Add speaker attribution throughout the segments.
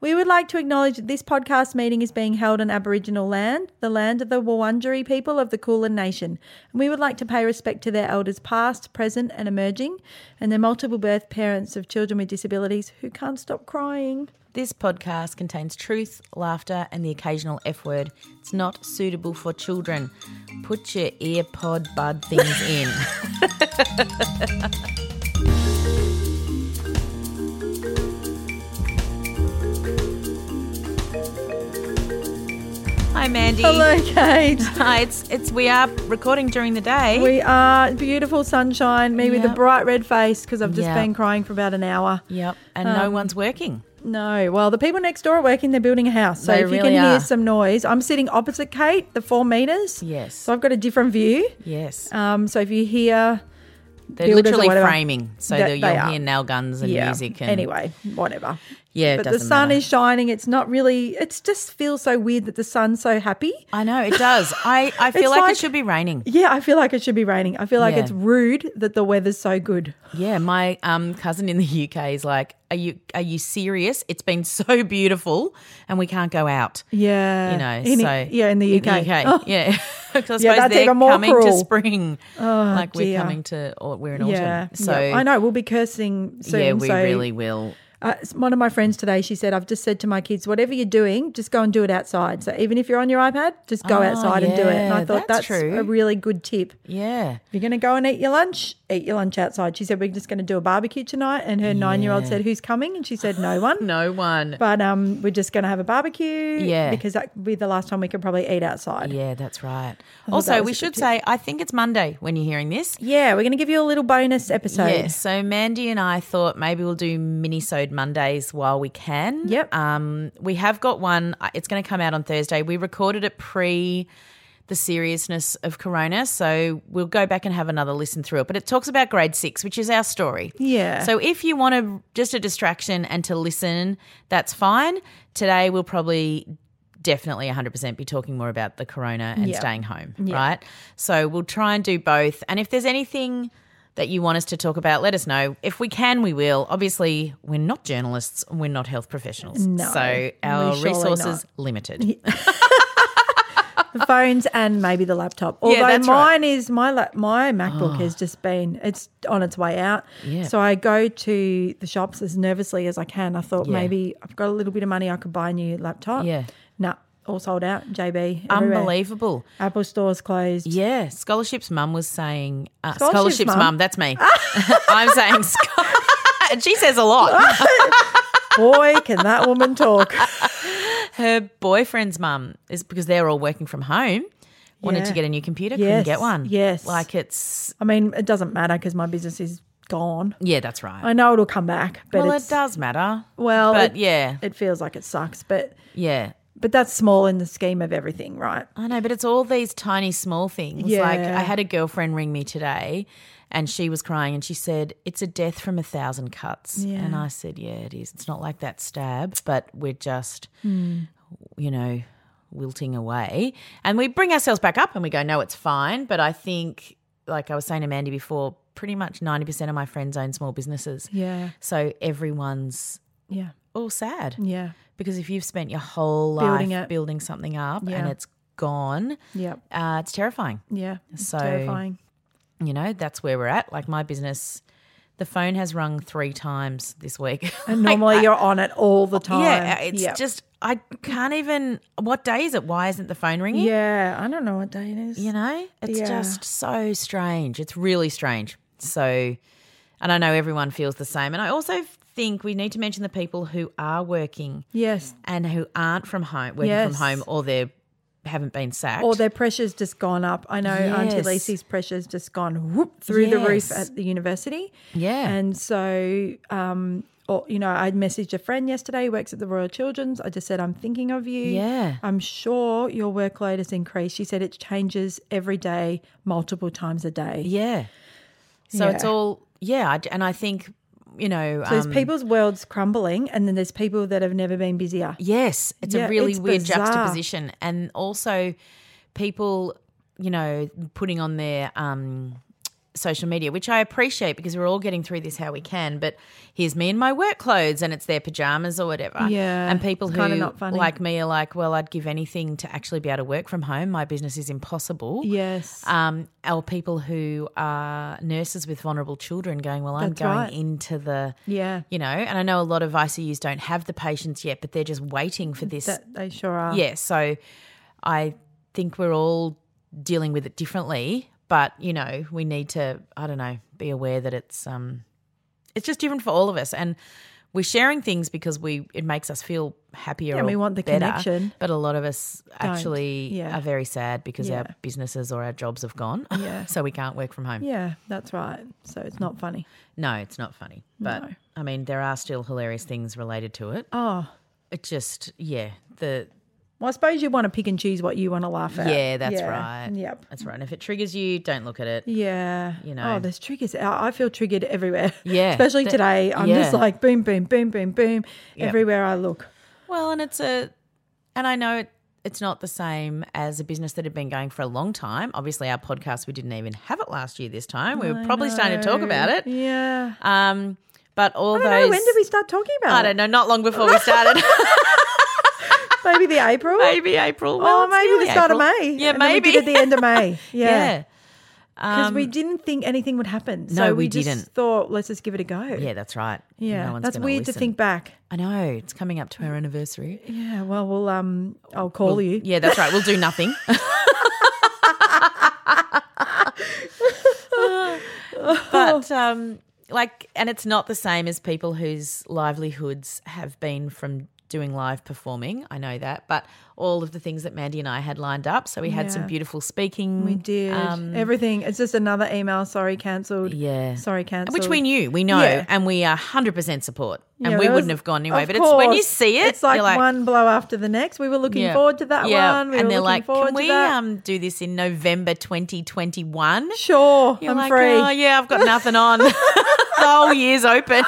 Speaker 1: We would like to acknowledge that this podcast meeting is being held on Aboriginal land, the land of the Wurundjeri people of the Kulin Nation, and we would like to pay respect to their elders past, present, and emerging, and their multiple birth parents of children with disabilities who can't stop crying.
Speaker 2: This podcast contains truth, laughter, and the occasional F word. It's not suitable for children. Put your ear pod bud things in. Hi, Mandy.
Speaker 1: Hello, Kate.
Speaker 2: Hi, it's, it's we are recording during the day.
Speaker 1: We are beautiful sunshine, me with a
Speaker 2: Yep.
Speaker 1: bright red face because I've just
Speaker 2: Yep.
Speaker 1: been crying for about an hour.
Speaker 2: yep, and
Speaker 1: um,
Speaker 2: no one's working.
Speaker 1: No, well, the people next door are working, they're building a house. So
Speaker 2: They
Speaker 1: if you
Speaker 2: really
Speaker 1: can
Speaker 2: are.
Speaker 1: hear some noise, I'm sitting opposite Kate, the four meters.
Speaker 2: Yes.
Speaker 1: So I've got a different view.
Speaker 2: Yes,
Speaker 1: Um, so if you hear
Speaker 2: they're
Speaker 1: builders or
Speaker 2: literally
Speaker 1: whatever.
Speaker 2: framing, so
Speaker 1: That
Speaker 2: that
Speaker 1: they
Speaker 2: you'll
Speaker 1: are.
Speaker 2: hear nail guns and
Speaker 1: yeah,
Speaker 2: music. And,
Speaker 1: anyway, whatever.
Speaker 2: yeah, it
Speaker 1: but the
Speaker 2: doesn't
Speaker 1: sun
Speaker 2: matter.
Speaker 1: is shining. It's not really. It just feels so weird that the sun's so happy.
Speaker 2: I know it does. I, I
Speaker 1: It's
Speaker 2: feel like,
Speaker 1: like-
Speaker 2: it should be raining.
Speaker 1: Yeah, I feel like it should be raining. I feel like
Speaker 2: Yeah.
Speaker 1: it's rude that the weather's so good.
Speaker 2: Yeah, my um, cousin in the UK is like, "Are you are you serious? It's been so beautiful, and we can't go out."
Speaker 1: Yeah,
Speaker 2: You know,
Speaker 1: In-
Speaker 2: so
Speaker 1: yeah, in the UK. Oh,
Speaker 2: yeah. 'Cause I suppose
Speaker 1: that's
Speaker 2: they're
Speaker 1: even more
Speaker 2: coming to
Speaker 1: cruel. Oh,
Speaker 2: spring, like we're
Speaker 1: dear.
Speaker 2: coming to, or we're in autumn.
Speaker 1: yeah.
Speaker 2: so
Speaker 1: yeah. I know we'll be cursing soon.
Speaker 2: yeah, we
Speaker 1: so,
Speaker 2: really will.
Speaker 1: Uh, s- one of my friends today, she said, "I've just said to my kids, whatever you're doing, just go and do it outside. So even if you're on your iPad, just go
Speaker 2: Oh,
Speaker 1: outside and do it." And I
Speaker 2: yeah,
Speaker 1: thought that's,
Speaker 2: that's true.
Speaker 1: a really good tip.
Speaker 2: Yeah,
Speaker 1: If you're going to go and eat your lunch, eat your lunch outside. She said, We're just going to do a barbecue tonight. And her nine year old said, Who's coming? And she said, No one.
Speaker 2: no one.
Speaker 1: But um, we're just going to have a barbecue.
Speaker 2: Yeah.
Speaker 1: Because that could be the last time we could probably eat outside.
Speaker 2: yeah, that's right.
Speaker 1: that
Speaker 2: also,
Speaker 1: was a
Speaker 2: we
Speaker 1: good
Speaker 2: should
Speaker 1: tip.
Speaker 2: say, I think it's Monday when you're hearing this.
Speaker 1: Yeah, we're going to give you a little bonus episode.
Speaker 2: Yeah, so Mandy and I thought maybe we'll do mini-sode Mondays while we can.
Speaker 1: Yep.
Speaker 2: Um, we have got one. uh, It's going to come out on Thursday. We recorded it pre the seriousness of Corona, so we'll go back and have another listen through it. But it talks about grade six, which is our story.
Speaker 1: Yeah.
Speaker 2: So if you want to just a distraction and to listen, that's fine. Today we'll probably definitely 100% be talking more about the corona and
Speaker 1: Yeah.
Speaker 2: staying home, right? So we'll try and do both. And if there's anything that you want us to talk about, let us know. If we can, we will. Obviously, we're not journalists, we're not health professionals.
Speaker 1: No,
Speaker 2: so our
Speaker 1: we're surely
Speaker 2: resources limited.
Speaker 1: The phones and maybe the laptop. Although
Speaker 2: that's right. Oh.
Speaker 1: mine is my la- my MacBook has just been it's on its way out.
Speaker 2: Yeah.
Speaker 1: So I go to the shops as nervously as I can. I thought maybe I've got a little bit of money I could buy a new laptop.
Speaker 2: Yeah.
Speaker 1: Nah, all sold out. JB. everywhere.
Speaker 2: Unbelievable.
Speaker 1: Apple stores closed.
Speaker 2: Yeah, scholarships mum was saying uh,
Speaker 1: Scholarships
Speaker 2: scholarships,
Speaker 1: Mum?
Speaker 2: mum. That's me. I'm saying scho- she says a lot.
Speaker 1: Boy, can that woman talk.
Speaker 2: Her boyfriend's mum is because they're all working from home. Wanted
Speaker 1: Yeah.
Speaker 2: to get a new computer,
Speaker 1: Yes,
Speaker 2: couldn't get one.
Speaker 1: yes.
Speaker 2: like it's
Speaker 1: I mean, it doesn't matter because my business is gone.
Speaker 2: yeah, that's right.
Speaker 1: I know it'll come back, but
Speaker 2: well,
Speaker 1: it's,
Speaker 2: it does matter.
Speaker 1: Well,
Speaker 2: but
Speaker 1: it-
Speaker 2: yeah,
Speaker 1: it feels like it sucks. But
Speaker 2: yeah.
Speaker 1: but that's small in the scheme of everything, right?
Speaker 2: I know, but it's all these tiny, small things. Like
Speaker 1: Yeah.
Speaker 2: I had a girlfriend ring me today, and she was crying and she said, It's a death from a thousand cuts.
Speaker 1: Yeah.
Speaker 2: And I said, Yeah, it is. It's not like that stab, but we're just,
Speaker 1: Hmm.
Speaker 2: you know, wilting away. And we bring ourselves back up and we go, No, it's fine. But I think, like I was saying to Mandy before, pretty much 90% of my friends own small businesses.
Speaker 1: Yeah.
Speaker 2: So everyone's
Speaker 1: Yeah.
Speaker 2: all sad
Speaker 1: Yeah.
Speaker 2: because if you've spent your whole
Speaker 1: Building
Speaker 2: life
Speaker 1: it.
Speaker 2: building something up
Speaker 1: Yeah.
Speaker 2: and it's gone,
Speaker 1: Yeah.
Speaker 2: uh, it's terrifying.
Speaker 1: Yeah. It's
Speaker 2: So-
Speaker 1: terrifying.
Speaker 2: You know, that's where we're at. Like my business, the phone has rung three times this week.
Speaker 1: And normally you're on it all the time.
Speaker 2: yeah, it's
Speaker 1: Yeah.
Speaker 2: just I can't even. What day is it? Why isn't the phone ringing?
Speaker 1: Yeah. I don't know what day it is.
Speaker 2: You know, it's
Speaker 1: Yeah.
Speaker 2: just so strange. It's really strange. So, and I know everyone feels the same. And I also think we need to mention the people who are working
Speaker 1: Yes.
Speaker 2: and who aren't from home, working from
Speaker 1: Yes.
Speaker 2: home, or they haven't been sacked.
Speaker 1: Or their pressure's just gone up. I know Auntie
Speaker 2: Yes.
Speaker 1: Lacey's pressure's just gone whoop through the roof
Speaker 2: Yes.
Speaker 1: at the university.
Speaker 2: Yeah.
Speaker 1: And so, um, or, you know, I messaged a friend yesterday who works at the Royal Children's. I just said, I'm thinking of you.
Speaker 2: Yeah.
Speaker 1: I'm sure your workload has increased. She said it changes every day, multiple times a day.
Speaker 2: Yeah. So it's
Speaker 1: Yeah.
Speaker 2: all yeah, I d- and I think you know,
Speaker 1: So there's
Speaker 2: um,
Speaker 1: people's worlds crumbling, and then there's people that have never been busier.
Speaker 2: yes, it's
Speaker 1: Yeah,
Speaker 2: a really
Speaker 1: it's
Speaker 2: weird
Speaker 1: bizarre.
Speaker 2: juxtaposition, and also people, you know, putting on their um, social media, which I appreciate because we're all getting through this how we can. But here's me in my work clothes, and it's their pajamas or whatever.
Speaker 1: Yeah,
Speaker 2: and people
Speaker 1: it's
Speaker 2: who
Speaker 1: kinda not funny.
Speaker 2: like me are like, well, I'd give anything to actually be able to work from home. My business is impossible.
Speaker 1: Yes.
Speaker 2: um, are people who are nurses with vulnerable children going, Well, I'm
Speaker 1: That's
Speaker 2: going
Speaker 1: right.
Speaker 2: into the,
Speaker 1: yeah.
Speaker 2: you know, and I know a lot of ICUs don't have the patients yet, but they're just waiting for this.
Speaker 1: That they sure are.
Speaker 2: yeah. So I think we're all dealing with it differently, but, you know, we need to, I don't know, be aware that it's, um, it's just different for all of us. And, we're sharing things because we it makes us feel happier.
Speaker 1: Yeah,
Speaker 2: or
Speaker 1: we want the
Speaker 2: better,
Speaker 1: connection.
Speaker 2: but a lot of us actually
Speaker 1: yeah.
Speaker 2: are very sad because our
Speaker 1: Yeah.
Speaker 2: businesses or our jobs have gone.
Speaker 1: Yeah.
Speaker 2: so we can't work from home.
Speaker 1: Yeah, that's right. So it's not funny.
Speaker 2: No, it's not funny. But
Speaker 1: No.
Speaker 2: I mean, there are still hilarious things related to it.
Speaker 1: Oh,
Speaker 2: It just, yeah, the
Speaker 1: well, I suppose you want to pick and choose what you want to laugh at.
Speaker 2: yeah, that's right.
Speaker 1: Yep.
Speaker 2: that's right. And if it triggers you, don't look at it.
Speaker 1: Yeah.
Speaker 2: You know.
Speaker 1: Oh, there's triggers. I I feel triggered everywhere.
Speaker 2: Yeah.
Speaker 1: Especially
Speaker 2: That-
Speaker 1: today. I'm just
Speaker 2: yeah.
Speaker 1: like boom, boom, boom, boom, boom.
Speaker 2: Yep.
Speaker 1: Everywhere I look.
Speaker 2: Well, and it's a, and I know it, it's not the same as a business that had been going for a long time. Obviously, our podcast we didn't even have it last year. This time we were probably starting to talk about it.
Speaker 1: Yeah.
Speaker 2: Um, but all
Speaker 1: I don't
Speaker 2: those
Speaker 1: know. When did we start talking about
Speaker 2: I don't
Speaker 1: it?
Speaker 2: know. Not long before we started.
Speaker 1: Maybe the April?
Speaker 2: maybe April. Well,
Speaker 1: Well,
Speaker 2: it's
Speaker 1: Oh, maybe
Speaker 2: nearly
Speaker 1: the start of
Speaker 2: April.
Speaker 1: May.
Speaker 2: Yeah,
Speaker 1: And then
Speaker 2: maybe
Speaker 1: We did at the end of May. Yeah.
Speaker 2: yeah. um,
Speaker 1: Because we didn't think anything would happen. So
Speaker 2: No, we
Speaker 1: just
Speaker 2: didn't.
Speaker 1: thought, let's just give it a go.
Speaker 2: Yeah, that's right.
Speaker 1: Yeah.
Speaker 2: No one's
Speaker 1: That's
Speaker 2: gonna
Speaker 1: weird to
Speaker 2: listen.
Speaker 1: think back.
Speaker 2: I know it's coming up to our anniversary.
Speaker 1: Yeah. Well, we'll, um, I'll call you.
Speaker 2: Yeah, that's right. We'll do nothing. but um, like, and it's not the same as people whose livelihoods have been from doing live performing. I know that, but all of the things that Mandy and I had lined up. So we had some
Speaker 1: Yeah.
Speaker 2: beautiful speaking. um,
Speaker 1: We did. Everything. It's just another email. Sorry, cancelled.
Speaker 2: Yeah.
Speaker 1: Sorry, cancelled.
Speaker 2: Which we knew, we know,
Speaker 1: Yeah.
Speaker 2: and we are hundred percent support,
Speaker 1: Yeah,
Speaker 2: and we
Speaker 1: there
Speaker 2: wouldn't
Speaker 1: was-
Speaker 2: have gone anyway.
Speaker 1: of
Speaker 2: But it's when you
Speaker 1: course,
Speaker 2: see it,
Speaker 1: it's like,
Speaker 2: you're like
Speaker 1: one blow after the next. We were looking
Speaker 2: Yeah.
Speaker 1: forward to that
Speaker 2: Yeah.
Speaker 1: one. We
Speaker 2: and
Speaker 1: were
Speaker 2: they're
Speaker 1: looking
Speaker 2: like,
Speaker 1: forward
Speaker 2: can
Speaker 1: to
Speaker 2: we
Speaker 1: that.
Speaker 2: um do this in November 2021?
Speaker 1: sure,
Speaker 2: You're
Speaker 1: I'm
Speaker 2: like,
Speaker 1: free.
Speaker 2: oh yeah, I've got nothing on. the whole year's open.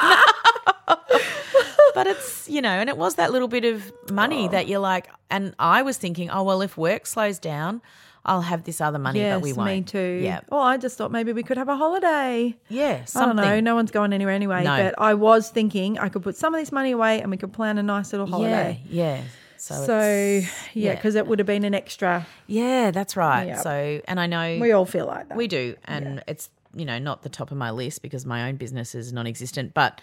Speaker 2: but it's you know, and it was that little bit of money
Speaker 1: Oh.
Speaker 2: that you're like, and I was thinking, oh well, if work slows down, I'll have this other money,
Speaker 1: Yes,
Speaker 2: but we won't.
Speaker 1: me too.
Speaker 2: Yeah,
Speaker 1: Well, I just thought maybe we could have a holiday.
Speaker 2: yeah.
Speaker 1: I
Speaker 2: Something.
Speaker 1: don't know. No one's going anywhere anyway.
Speaker 2: No.
Speaker 1: But I was thinking I could put some of this money away and we could plan a nice little
Speaker 2: yeah,
Speaker 1: holiday.
Speaker 2: yeah. So,
Speaker 1: So
Speaker 2: it's-
Speaker 1: yeah, because it would have been an extra.
Speaker 2: yeah, that's right.
Speaker 1: Yeah.
Speaker 2: So, and I know
Speaker 1: We all feel like that.
Speaker 2: We do, and it's you know not the top of my list because my own business is non-existent, but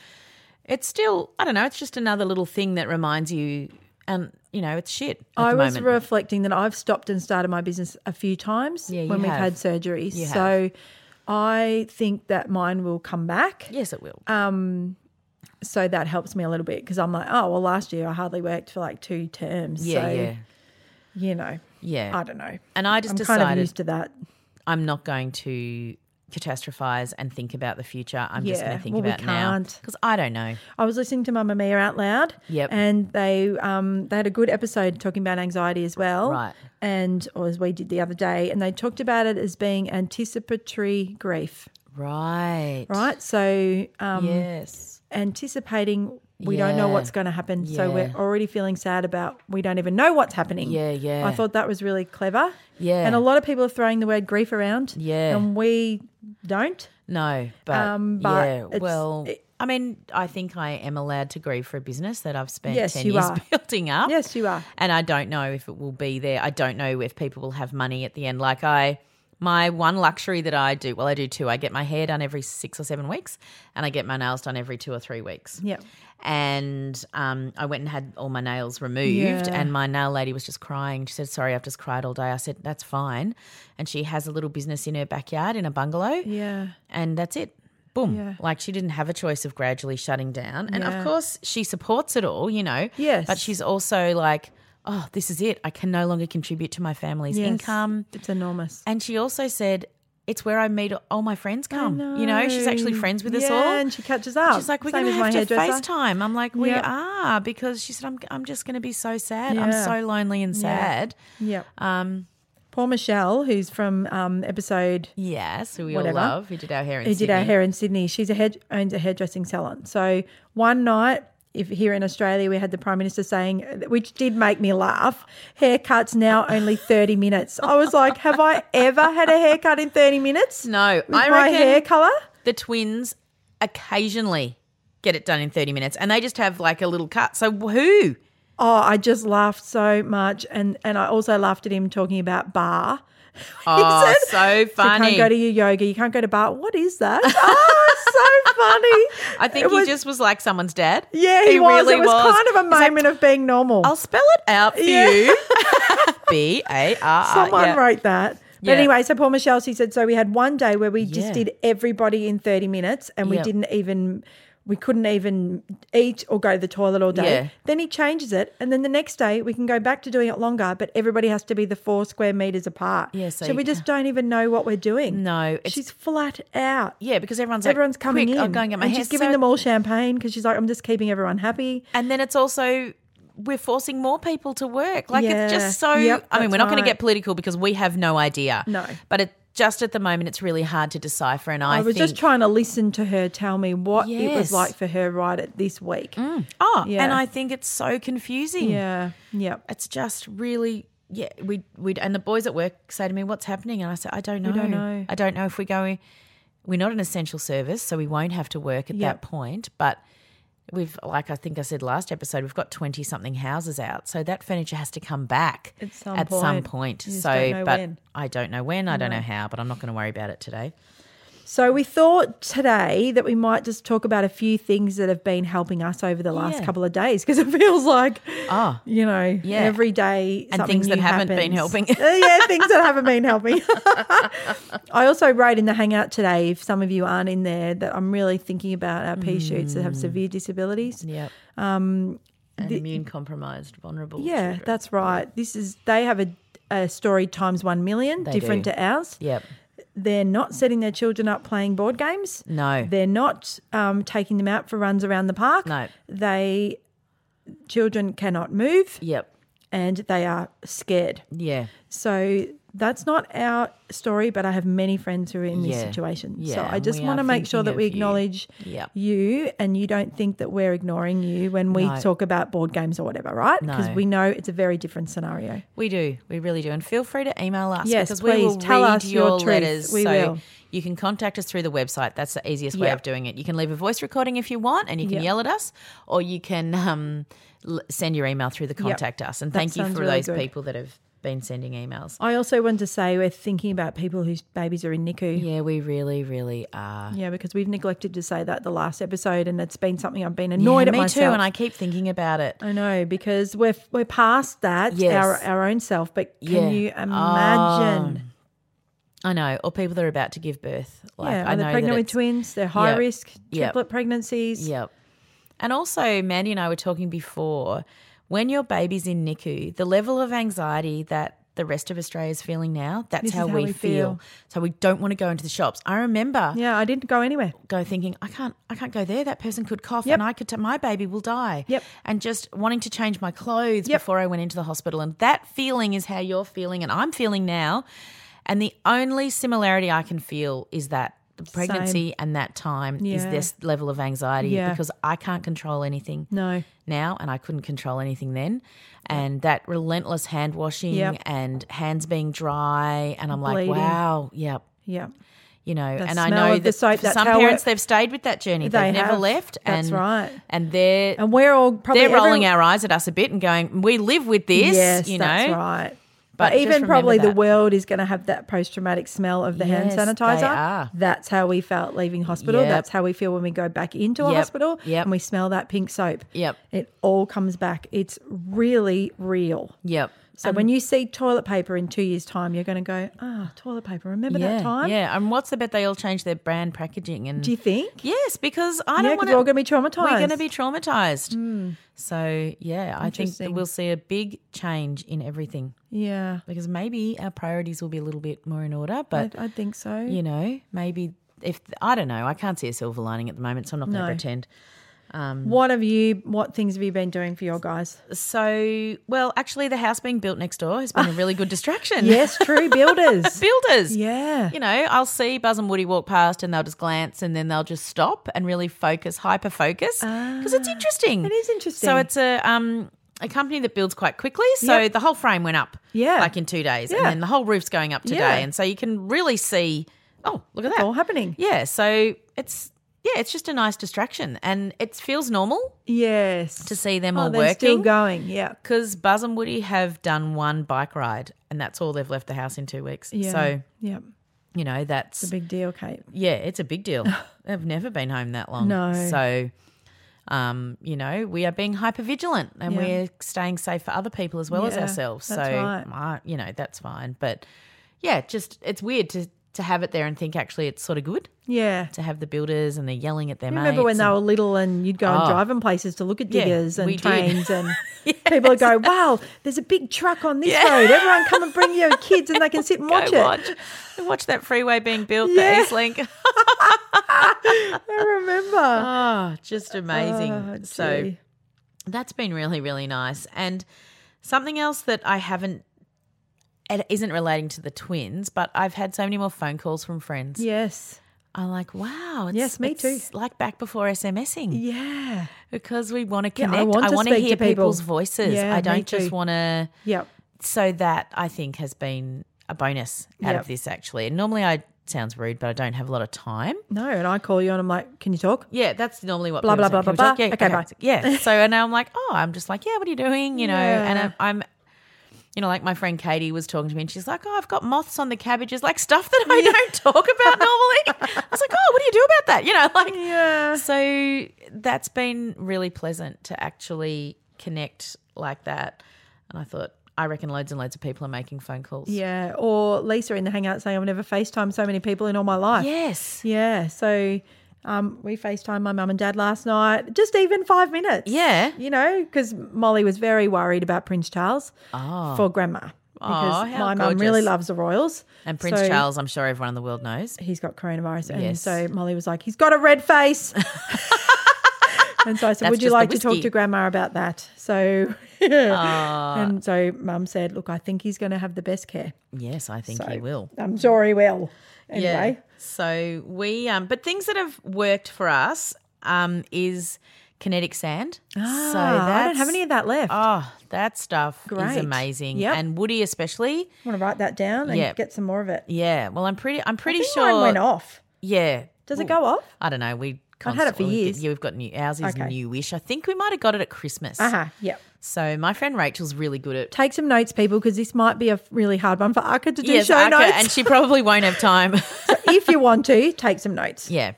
Speaker 2: it's still I don't know. It's just another little thing that reminds you, and you know it's shit. At
Speaker 1: I
Speaker 2: the
Speaker 1: was
Speaker 2: moment.
Speaker 1: reflecting that I've stopped and started my business a few times
Speaker 2: Yeah, you
Speaker 1: when we've
Speaker 2: have.
Speaker 1: had surgery.
Speaker 2: You
Speaker 1: So I think that mine will come back.
Speaker 2: yes, it
Speaker 1: Ah,
Speaker 2: will.
Speaker 1: So that helps me a little bit because I'm like, oh, well, last year I hardly worked for like two terms.
Speaker 2: yeah,
Speaker 1: so,
Speaker 2: yeah,
Speaker 1: you know,
Speaker 2: yeah.
Speaker 1: I don't know.
Speaker 2: and I just
Speaker 1: I'm
Speaker 2: decided
Speaker 1: kind of used to that.
Speaker 2: I'm not going to catastrophize and think about the future. I'm just going
Speaker 1: Yeah,
Speaker 2: to think
Speaker 1: well, we
Speaker 2: about now
Speaker 1: can't.
Speaker 2: because I don't know.
Speaker 1: I was listening to Mamma Mia out loud.
Speaker 2: Yep.
Speaker 1: And they um they had a good episode talking about anxiety as well.
Speaker 2: Right.
Speaker 1: And or as we did the other day, and they talked about it as being anticipatory grief.
Speaker 2: Right.
Speaker 1: right? So, um,
Speaker 2: Yes.
Speaker 1: anticipating we don't know
Speaker 2: Yeah.
Speaker 1: what's going to happen. So, we're
Speaker 2: Yeah.
Speaker 1: already feeling sad about we don't even know what's happening.
Speaker 2: Yeah, yeah.
Speaker 1: I thought that was really clever.
Speaker 2: Yeah.
Speaker 1: And a lot of people are throwing the word grief around.
Speaker 2: Yeah.
Speaker 1: And we don't.
Speaker 2: No, but,
Speaker 1: Um, but
Speaker 2: yeah.
Speaker 1: it's-
Speaker 2: Well,
Speaker 1: it-
Speaker 2: I mean, I think I am allowed to grieve for a business that I've spent
Speaker 1: Yes,
Speaker 2: ten
Speaker 1: you
Speaker 2: years
Speaker 1: are.
Speaker 2: building up.
Speaker 1: Yes, you are.
Speaker 2: and I don't know if it will be there. I don't know if people will have money at the end. Like I, my one luxury that I do, well, I do two. I get my hair done every six or seven weeks, and I get my nails done every two or three weeks.
Speaker 1: Yeah.
Speaker 2: And um, I went and had all my nails removed, and my nail lady was just crying. She said, "Sorry, I've just cried all day." I said, "That's fine." And she has a little business in her backyard in a bungalow
Speaker 1: Yeah.
Speaker 2: and that's it. Boom.
Speaker 1: Yeah.
Speaker 2: Like she didn't have a choice of gradually shutting down. And
Speaker 1: Yeah.
Speaker 2: of course, she supports it all, you know.
Speaker 1: Yes.
Speaker 2: But she's also like, oh, this is it. I can no longer contribute to my family's
Speaker 1: Yes.
Speaker 2: income.
Speaker 1: It's enormous.
Speaker 2: And she also said, it's where I meet all my friends come. You know, she's actually friends with us
Speaker 1: Yeah,
Speaker 2: all.
Speaker 1: And she catches up.
Speaker 2: She's like, we're
Speaker 1: Same
Speaker 2: going to
Speaker 1: as my
Speaker 2: have to
Speaker 1: hairdresser.
Speaker 2: FaceTime. I'm like, we
Speaker 1: Yep.
Speaker 2: are, because she said, I'm, I'm just going to be so sad. I'm
Speaker 1: Yeah.
Speaker 2: so lonely and sad.
Speaker 1: Yeah.
Speaker 2: Um,
Speaker 1: Poor Michelle, who's from um, episode
Speaker 2: yes, who we
Speaker 1: Whatever.
Speaker 2: all love, who did our hair in
Speaker 1: who did our
Speaker 2: Sydney.
Speaker 1: hair in Sydney. She's a head owns a hairdressing salon. So one night, if here in Australia, we had the prime minister saying, which did make me laugh. Haircuts now only thirty minutes. I was like, have I ever had a haircut in thirty minutes?
Speaker 2: No,
Speaker 1: with my
Speaker 2: I reckon
Speaker 1: hair color.
Speaker 2: the twins occasionally get it done in 30 minutes and they just have like a little cut. So who?
Speaker 1: Oh, I just laughed so much, and and I also laughed at him talking about bar.
Speaker 2: Oh,
Speaker 1: said,
Speaker 2: so
Speaker 1: You
Speaker 2: funny.
Speaker 1: can't go to your yoga. You can't go to bar. What is that? Oh, so funny.
Speaker 2: I think
Speaker 1: It
Speaker 2: he
Speaker 1: was-
Speaker 2: just was like someone's dad.
Speaker 1: Yeah, he, was. it was, kind of a
Speaker 2: He's like,
Speaker 1: moment of being normal.
Speaker 2: I'll spell it out for
Speaker 1: Yeah.
Speaker 2: you. B A R R.
Speaker 1: Someone
Speaker 2: Uh, yeah.
Speaker 1: wrote that. But
Speaker 2: Yeah.
Speaker 1: anyway, so Paul Michelle, she said, so we had one day where we just
Speaker 2: Yeah.
Speaker 1: did everybody in 30 minutes and we
Speaker 2: Yep.
Speaker 1: didn't even, we couldn't even eat or go to the toilet all day.
Speaker 2: Yeah.
Speaker 1: Then he changes it. And then the next day we can go back to doing it longer, but everybody has to be the four square meters apart.
Speaker 2: Yeah,
Speaker 1: so
Speaker 2: so
Speaker 1: we
Speaker 2: you-
Speaker 1: just don't even know what we're doing.
Speaker 2: No, it's-
Speaker 1: She's flat out.
Speaker 2: Yeah, because everyone's like,
Speaker 1: Everyone's coming
Speaker 2: "Quick,
Speaker 1: in.
Speaker 2: I'm going to get my
Speaker 1: and
Speaker 2: hair.
Speaker 1: She's giving
Speaker 2: So-
Speaker 1: them all champagne because she's like, I'm just keeping everyone happy.
Speaker 2: And then it's also we're forcing more people to work. Like it's
Speaker 1: Yeah.
Speaker 2: just so.
Speaker 1: Yep,
Speaker 2: I
Speaker 1: that's
Speaker 2: mean, we're not going
Speaker 1: right.
Speaker 2: to get political because we have no idea.
Speaker 1: No.
Speaker 2: but it just at the moment it's really hard to decipher. And I,
Speaker 1: I, was
Speaker 2: think,
Speaker 1: just trying to listen to her tell me what it was
Speaker 2: Yes.
Speaker 1: like for her right at this week.
Speaker 2: Oh,
Speaker 1: Yeah.
Speaker 2: and I think it's so confusing.
Speaker 1: Yeah. Yep.
Speaker 2: It's just really yeah, we we and the boys at work say to me, "What's happening?" And I say, "I don't know.
Speaker 1: don't know.
Speaker 2: I don't know if we go we're not an essential service, so we won't have to work at
Speaker 1: Yep.
Speaker 2: that point, but we've like I think I said last episode, we've got 20 something houses out. So that furniture has to come back
Speaker 1: At some
Speaker 2: at some
Speaker 1: point.
Speaker 2: point.
Speaker 1: You just
Speaker 2: so
Speaker 1: don't know
Speaker 2: but
Speaker 1: when.
Speaker 2: I don't know when, I don't know how, but I'm not going to worry about it today.
Speaker 1: So we thought today that we might just talk about a few things that have been helping us over the last
Speaker 2: Yeah.
Speaker 1: couple of days because it feels like,
Speaker 2: Oh.
Speaker 1: you know,
Speaker 2: Yeah.
Speaker 1: every day
Speaker 2: And
Speaker 1: something
Speaker 2: things that
Speaker 1: new
Speaker 2: haven't been
Speaker 1: happens.
Speaker 2: helping.
Speaker 1: Uh, yeah, things that haven't been helping. I also wrote in the hangout today, if some of you aren't in there, that I'm really thinking about our pea shoots that have
Speaker 2: Mm.
Speaker 1: severe disabilities.
Speaker 2: Yep. Um and immune compromised, vulnerable.
Speaker 1: Yeah,
Speaker 2: children.
Speaker 1: that's right. This is they have a, a story times one million,
Speaker 2: They
Speaker 1: different
Speaker 2: do.
Speaker 1: to ours.
Speaker 2: Yep.
Speaker 1: They're not setting their children up playing board games.
Speaker 2: No.
Speaker 1: They're not um, taking them out for runs around the park.
Speaker 2: No.
Speaker 1: They children cannot move
Speaker 2: Yep.
Speaker 1: and they are scared.
Speaker 2: Yeah.
Speaker 1: So that's not our story, but I have many friends who are in this
Speaker 2: Yeah.
Speaker 1: situation. so
Speaker 2: Yeah,
Speaker 1: I
Speaker 2: and
Speaker 1: just
Speaker 2: we
Speaker 1: want to
Speaker 2: are
Speaker 1: make sure
Speaker 2: thinking
Speaker 1: that we
Speaker 2: of you.
Speaker 1: acknowledge
Speaker 2: Yep.
Speaker 1: you and you don't think that we're ignoring you when we
Speaker 2: No.
Speaker 1: talk about board games or whatever, right? Because
Speaker 2: No.
Speaker 1: we know it's a very different scenario.
Speaker 2: We do. We really do. And feel free to email us
Speaker 1: Yes,
Speaker 2: because
Speaker 1: please,
Speaker 2: we will
Speaker 1: tell
Speaker 2: read
Speaker 1: us your
Speaker 2: your,
Speaker 1: truth.
Speaker 2: letters.
Speaker 1: We
Speaker 2: so
Speaker 1: will.
Speaker 2: you can contact us through the website. That's the easiest way
Speaker 1: Yeah.
Speaker 2: of doing it. You can leave a voice recording if you want and you can
Speaker 1: Yeah.
Speaker 2: yell at us or you can um, l- send your email through the contact us. And
Speaker 1: That
Speaker 2: thank you
Speaker 1: sounds
Speaker 2: for
Speaker 1: really
Speaker 2: those
Speaker 1: good.
Speaker 2: people that have been sending emails.
Speaker 1: I also want to say we're thinking about people whose babies are in NICU.
Speaker 2: Yeah, we really, really are.
Speaker 1: Yeah, because we've neglected to say that the last episode, and it's been something I've been annoyed
Speaker 2: Yeah,
Speaker 1: at
Speaker 2: me
Speaker 1: myself.
Speaker 2: too. And I keep thinking about it.
Speaker 1: I know because we're we're past that
Speaker 2: Yes.
Speaker 1: our our own self, but can
Speaker 2: Yeah.
Speaker 1: you imagine?
Speaker 2: I know. Or people that are about to give birth. Like,
Speaker 1: yeah,
Speaker 2: I
Speaker 1: are
Speaker 2: know
Speaker 1: they
Speaker 2: that
Speaker 1: pregnant with
Speaker 2: it's-
Speaker 1: twins? They're high
Speaker 2: Yeah.
Speaker 1: risk
Speaker 2: Yeah.
Speaker 1: triplet pregnancies.
Speaker 2: Yep. And also, Mandy and I were talking before when your baby's in NICU, the level of anxiety that the rest of Australia is feeling now, that's
Speaker 1: This is
Speaker 2: how,
Speaker 1: how
Speaker 2: we,
Speaker 1: we
Speaker 2: feel.
Speaker 1: feel.
Speaker 2: So we don't want to go into the shops. I remember
Speaker 1: Yeah, I didn't go anywhere.
Speaker 2: go thinking, I can't, I can't go there. That person could cough,
Speaker 1: Yep.
Speaker 2: and I could, t- my baby will die.
Speaker 1: Yep.
Speaker 2: And just wanting to change my clothes
Speaker 1: Yep.
Speaker 2: before I went into the hospital, and that feeling is how you're feeling, and I'm feeling now. And the only similarity I can feel is that the pregnancy and that time is
Speaker 1: Yeah.
Speaker 2: this level of anxiety
Speaker 1: Yeah.
Speaker 2: because I can't control anything
Speaker 1: No.
Speaker 2: now and I couldn't control anything then. And that relentless hand washing
Speaker 1: Yep.
Speaker 2: and hands being dry and I'm
Speaker 1: Bleeding.
Speaker 2: like, wow, yep.
Speaker 1: Yeah.
Speaker 2: You know,
Speaker 1: The
Speaker 2: and I
Speaker 1: smell
Speaker 2: know
Speaker 1: of the
Speaker 2: that
Speaker 1: soap,
Speaker 2: for
Speaker 1: that's
Speaker 2: some
Speaker 1: how it-
Speaker 2: parents they've stayed with that journey.
Speaker 1: They
Speaker 2: They've never
Speaker 1: have.
Speaker 2: left.
Speaker 1: That's
Speaker 2: and,
Speaker 1: right.
Speaker 2: And they're
Speaker 1: And we're all probably
Speaker 2: they're rolling
Speaker 1: everyone-
Speaker 2: our eyes at us a bit and going, "We live with this,"
Speaker 1: Yes,
Speaker 2: you know.
Speaker 1: that's right. But,
Speaker 2: But just
Speaker 1: even
Speaker 2: remember
Speaker 1: probably the
Speaker 2: that.
Speaker 1: world is going to have that post traumatic smell of the
Speaker 2: Yes, they
Speaker 1: hand sanitizer.
Speaker 2: are.
Speaker 1: That's how we felt leaving hospital.
Speaker 2: Yep.
Speaker 1: That's how we feel when we go back into a
Speaker 2: Yep,
Speaker 1: hospital
Speaker 2: yep.
Speaker 1: and we smell that pink soap.
Speaker 2: Yep.
Speaker 1: It all comes back. It's really real.
Speaker 2: Yep.
Speaker 1: So when you see toilet paper in two years' time, you're going to go, ah, toilet paper. Remember
Speaker 2: yeah,
Speaker 1: that time?
Speaker 2: yeah. And what's the bet they all change their brand packaging and
Speaker 1: Do you think?
Speaker 2: yes, because
Speaker 1: Yeah,
Speaker 2: I don't
Speaker 1: 'cause
Speaker 2: want
Speaker 1: we're all gonna be traumatized. Hmm.
Speaker 2: We're going to be traumatized. So yeah, I think that
Speaker 1: Interesting.
Speaker 2: we'll see a big change in everything
Speaker 1: Yeah.
Speaker 2: because maybe our priorities will be a little bit more in order. But
Speaker 1: I, I think so.
Speaker 2: you know, maybe if I don't know, I can't see a silver lining at the moment, so I'm not going to
Speaker 1: No.
Speaker 2: pretend.
Speaker 1: What have you? What things have you been doing for your guys?
Speaker 2: So well, actually, the house being built next door has been a really good distraction.
Speaker 1: Ah, Yes, true builders.
Speaker 2: builders.
Speaker 1: Yeah.
Speaker 2: You know, I'll see Buzz and Woody walk past and they'll just glance and then they'll just stop and really focus, hyper focus. Because it's interesting.
Speaker 1: Ah, It is interesting.
Speaker 2: So it's a um a company that builds quite quickly. So
Speaker 1: Yep.
Speaker 2: the whole frame went up.
Speaker 1: Yeah.
Speaker 2: Like in two days. And
Speaker 1: Yeah.
Speaker 2: then the whole roof's going up today.
Speaker 1: Yeah.
Speaker 2: And so you can really see, oh, look at that.
Speaker 1: all happening.
Speaker 2: Yeah. So it's yeah, it's just a nice distraction. And it feels normal
Speaker 1: Yes.
Speaker 2: to see them
Speaker 1: oh,
Speaker 2: all
Speaker 1: they're still
Speaker 2: working.
Speaker 1: going. Yeah.
Speaker 2: Because Buzz and Woody have done one bike ride and that's all they've left the house in two weeks.
Speaker 1: Yeah.
Speaker 2: So
Speaker 1: yeah,
Speaker 2: you know that's
Speaker 1: big deal, Kate.
Speaker 2: yeah it's a big deal i've never been home that long
Speaker 1: No.
Speaker 2: so um you know we are being hyper vigilant and
Speaker 1: Yeah.
Speaker 2: we're staying safe for other people as well as
Speaker 1: Yeah,
Speaker 2: ourselves so
Speaker 1: that's right.
Speaker 2: my- you know that's fine but yeah just it's weird to to have it there and think actually it's sort of good
Speaker 1: Yeah.
Speaker 2: to have the builders and they're yelling at their
Speaker 1: I remember when
Speaker 2: mates
Speaker 1: they
Speaker 2: and-
Speaker 1: were little and you'd go and
Speaker 2: Oh.
Speaker 1: drive in places to look at
Speaker 2: Yeah,
Speaker 1: diggers
Speaker 2: we
Speaker 1: and
Speaker 2: did.
Speaker 1: trains and people would go, wow, there's a big truck on this road. Everyone come and bring your kids and they can sit and watch
Speaker 2: Go
Speaker 1: it.
Speaker 2: watch, watch that freeway being built, the
Speaker 1: Yeah.
Speaker 2: East Link.
Speaker 1: I remember.
Speaker 2: oh, just amazing.
Speaker 1: Oh,
Speaker 2: so
Speaker 1: gee.
Speaker 2: that's been really really nice and something else that i haven't it isn't relating to the twins but i've had so many more phone calls from friends
Speaker 1: yes.
Speaker 2: i'm like wow it's,
Speaker 1: Yes, me too.
Speaker 2: it's like back before smsing
Speaker 1: Yeah.
Speaker 2: because we want to
Speaker 1: Yeah, I
Speaker 2: connect
Speaker 1: want
Speaker 2: i
Speaker 1: to
Speaker 2: want to
Speaker 1: speak
Speaker 2: hear
Speaker 1: to people.
Speaker 2: people's voices
Speaker 1: Yeah,
Speaker 2: i
Speaker 1: me
Speaker 2: don't just
Speaker 1: too.
Speaker 2: want to
Speaker 1: Yep.
Speaker 2: so that i think has been a bonus out
Speaker 1: Yep.
Speaker 2: of this actually and normally i sounds rude but i don't have a lot of time
Speaker 1: No, and I call you and I'm like, can you talk?
Speaker 2: yeah, that's normally what
Speaker 1: Blah,
Speaker 2: people
Speaker 1: blah,
Speaker 2: say.
Speaker 1: blah,
Speaker 2: People
Speaker 1: blah,
Speaker 2: talk,
Speaker 1: blah.
Speaker 2: Yeah,
Speaker 1: Okay, bye.
Speaker 2: yeah. So and now I'm like, oh, I'm just like, yeah, what are you doing? You know, and
Speaker 1: Yeah.
Speaker 2: I'm, I'm, you know, like my friend Katie was talking to me, and she's like, oh, I've got moths on the cabbages, like stuff that I don't talk about normally. I was like, oh, what do you do about that? You know, like,
Speaker 1: Yeah.
Speaker 2: So that's been really pleasant to actually connect like that, and I thought. I reckon loads and loads of people are making phone calls.
Speaker 1: Yeah. Or Lisa in the hangout saying, I've never FaceTimed so many people in all my life.
Speaker 2: Yes.
Speaker 1: Yeah. So um, we FaceTimed my mum and dad last night, just even five minutes.
Speaker 2: Yeah.
Speaker 1: You know, because Molly was very worried about Prince Charles for grandma. Because
Speaker 2: Oh. how
Speaker 1: my mum really
Speaker 2: gorgeous.
Speaker 1: loves the royals.
Speaker 2: And Prince
Speaker 1: So
Speaker 2: Charles, I'm sure everyone in the world knows.
Speaker 1: He's got coronavirus. And
Speaker 2: Yes.
Speaker 1: so Molly was like, he's got a red face. and so I
Speaker 2: That's
Speaker 1: said, would you
Speaker 2: just the
Speaker 1: like to talk
Speaker 2: whiskey.
Speaker 1: to grandma about that? So, and so mum said, look, I think he's going to have the best care.
Speaker 2: Yes, I think he will.
Speaker 1: I'm sure he will. Anyway.
Speaker 2: Yeah. So we, um, but things that have worked for us um, is kinetic sand. so
Speaker 1: Ah, I don't have any of that left. I
Speaker 2: Oh, that stuff is
Speaker 1: Great.
Speaker 2: amazing.
Speaker 1: Yep.
Speaker 2: And Woody especially.
Speaker 1: want to write that down and
Speaker 2: Yeah.
Speaker 1: get some more of it.
Speaker 2: Yeah. Well, I'm pretty. I'm pretty
Speaker 1: I think
Speaker 2: sure.
Speaker 1: mine went off.
Speaker 2: Yeah.
Speaker 1: Does it go off?
Speaker 2: I don't know. We.
Speaker 1: I've had it for
Speaker 2: constantly- we get-
Speaker 1: years.
Speaker 2: Yeah, we've got new. Ours is
Speaker 1: Okay.
Speaker 2: newish. I think we might have got it at Christmas.
Speaker 1: Uh huh. Yep.
Speaker 2: So my friend Rachel's really good at.
Speaker 1: Take some notes, people, because this might be a really hard one for Arca to do
Speaker 2: Yes,
Speaker 1: show
Speaker 2: Arca,
Speaker 1: notes.
Speaker 2: and she probably won't have time.
Speaker 1: if you want to, take some notes.
Speaker 2: Yeah.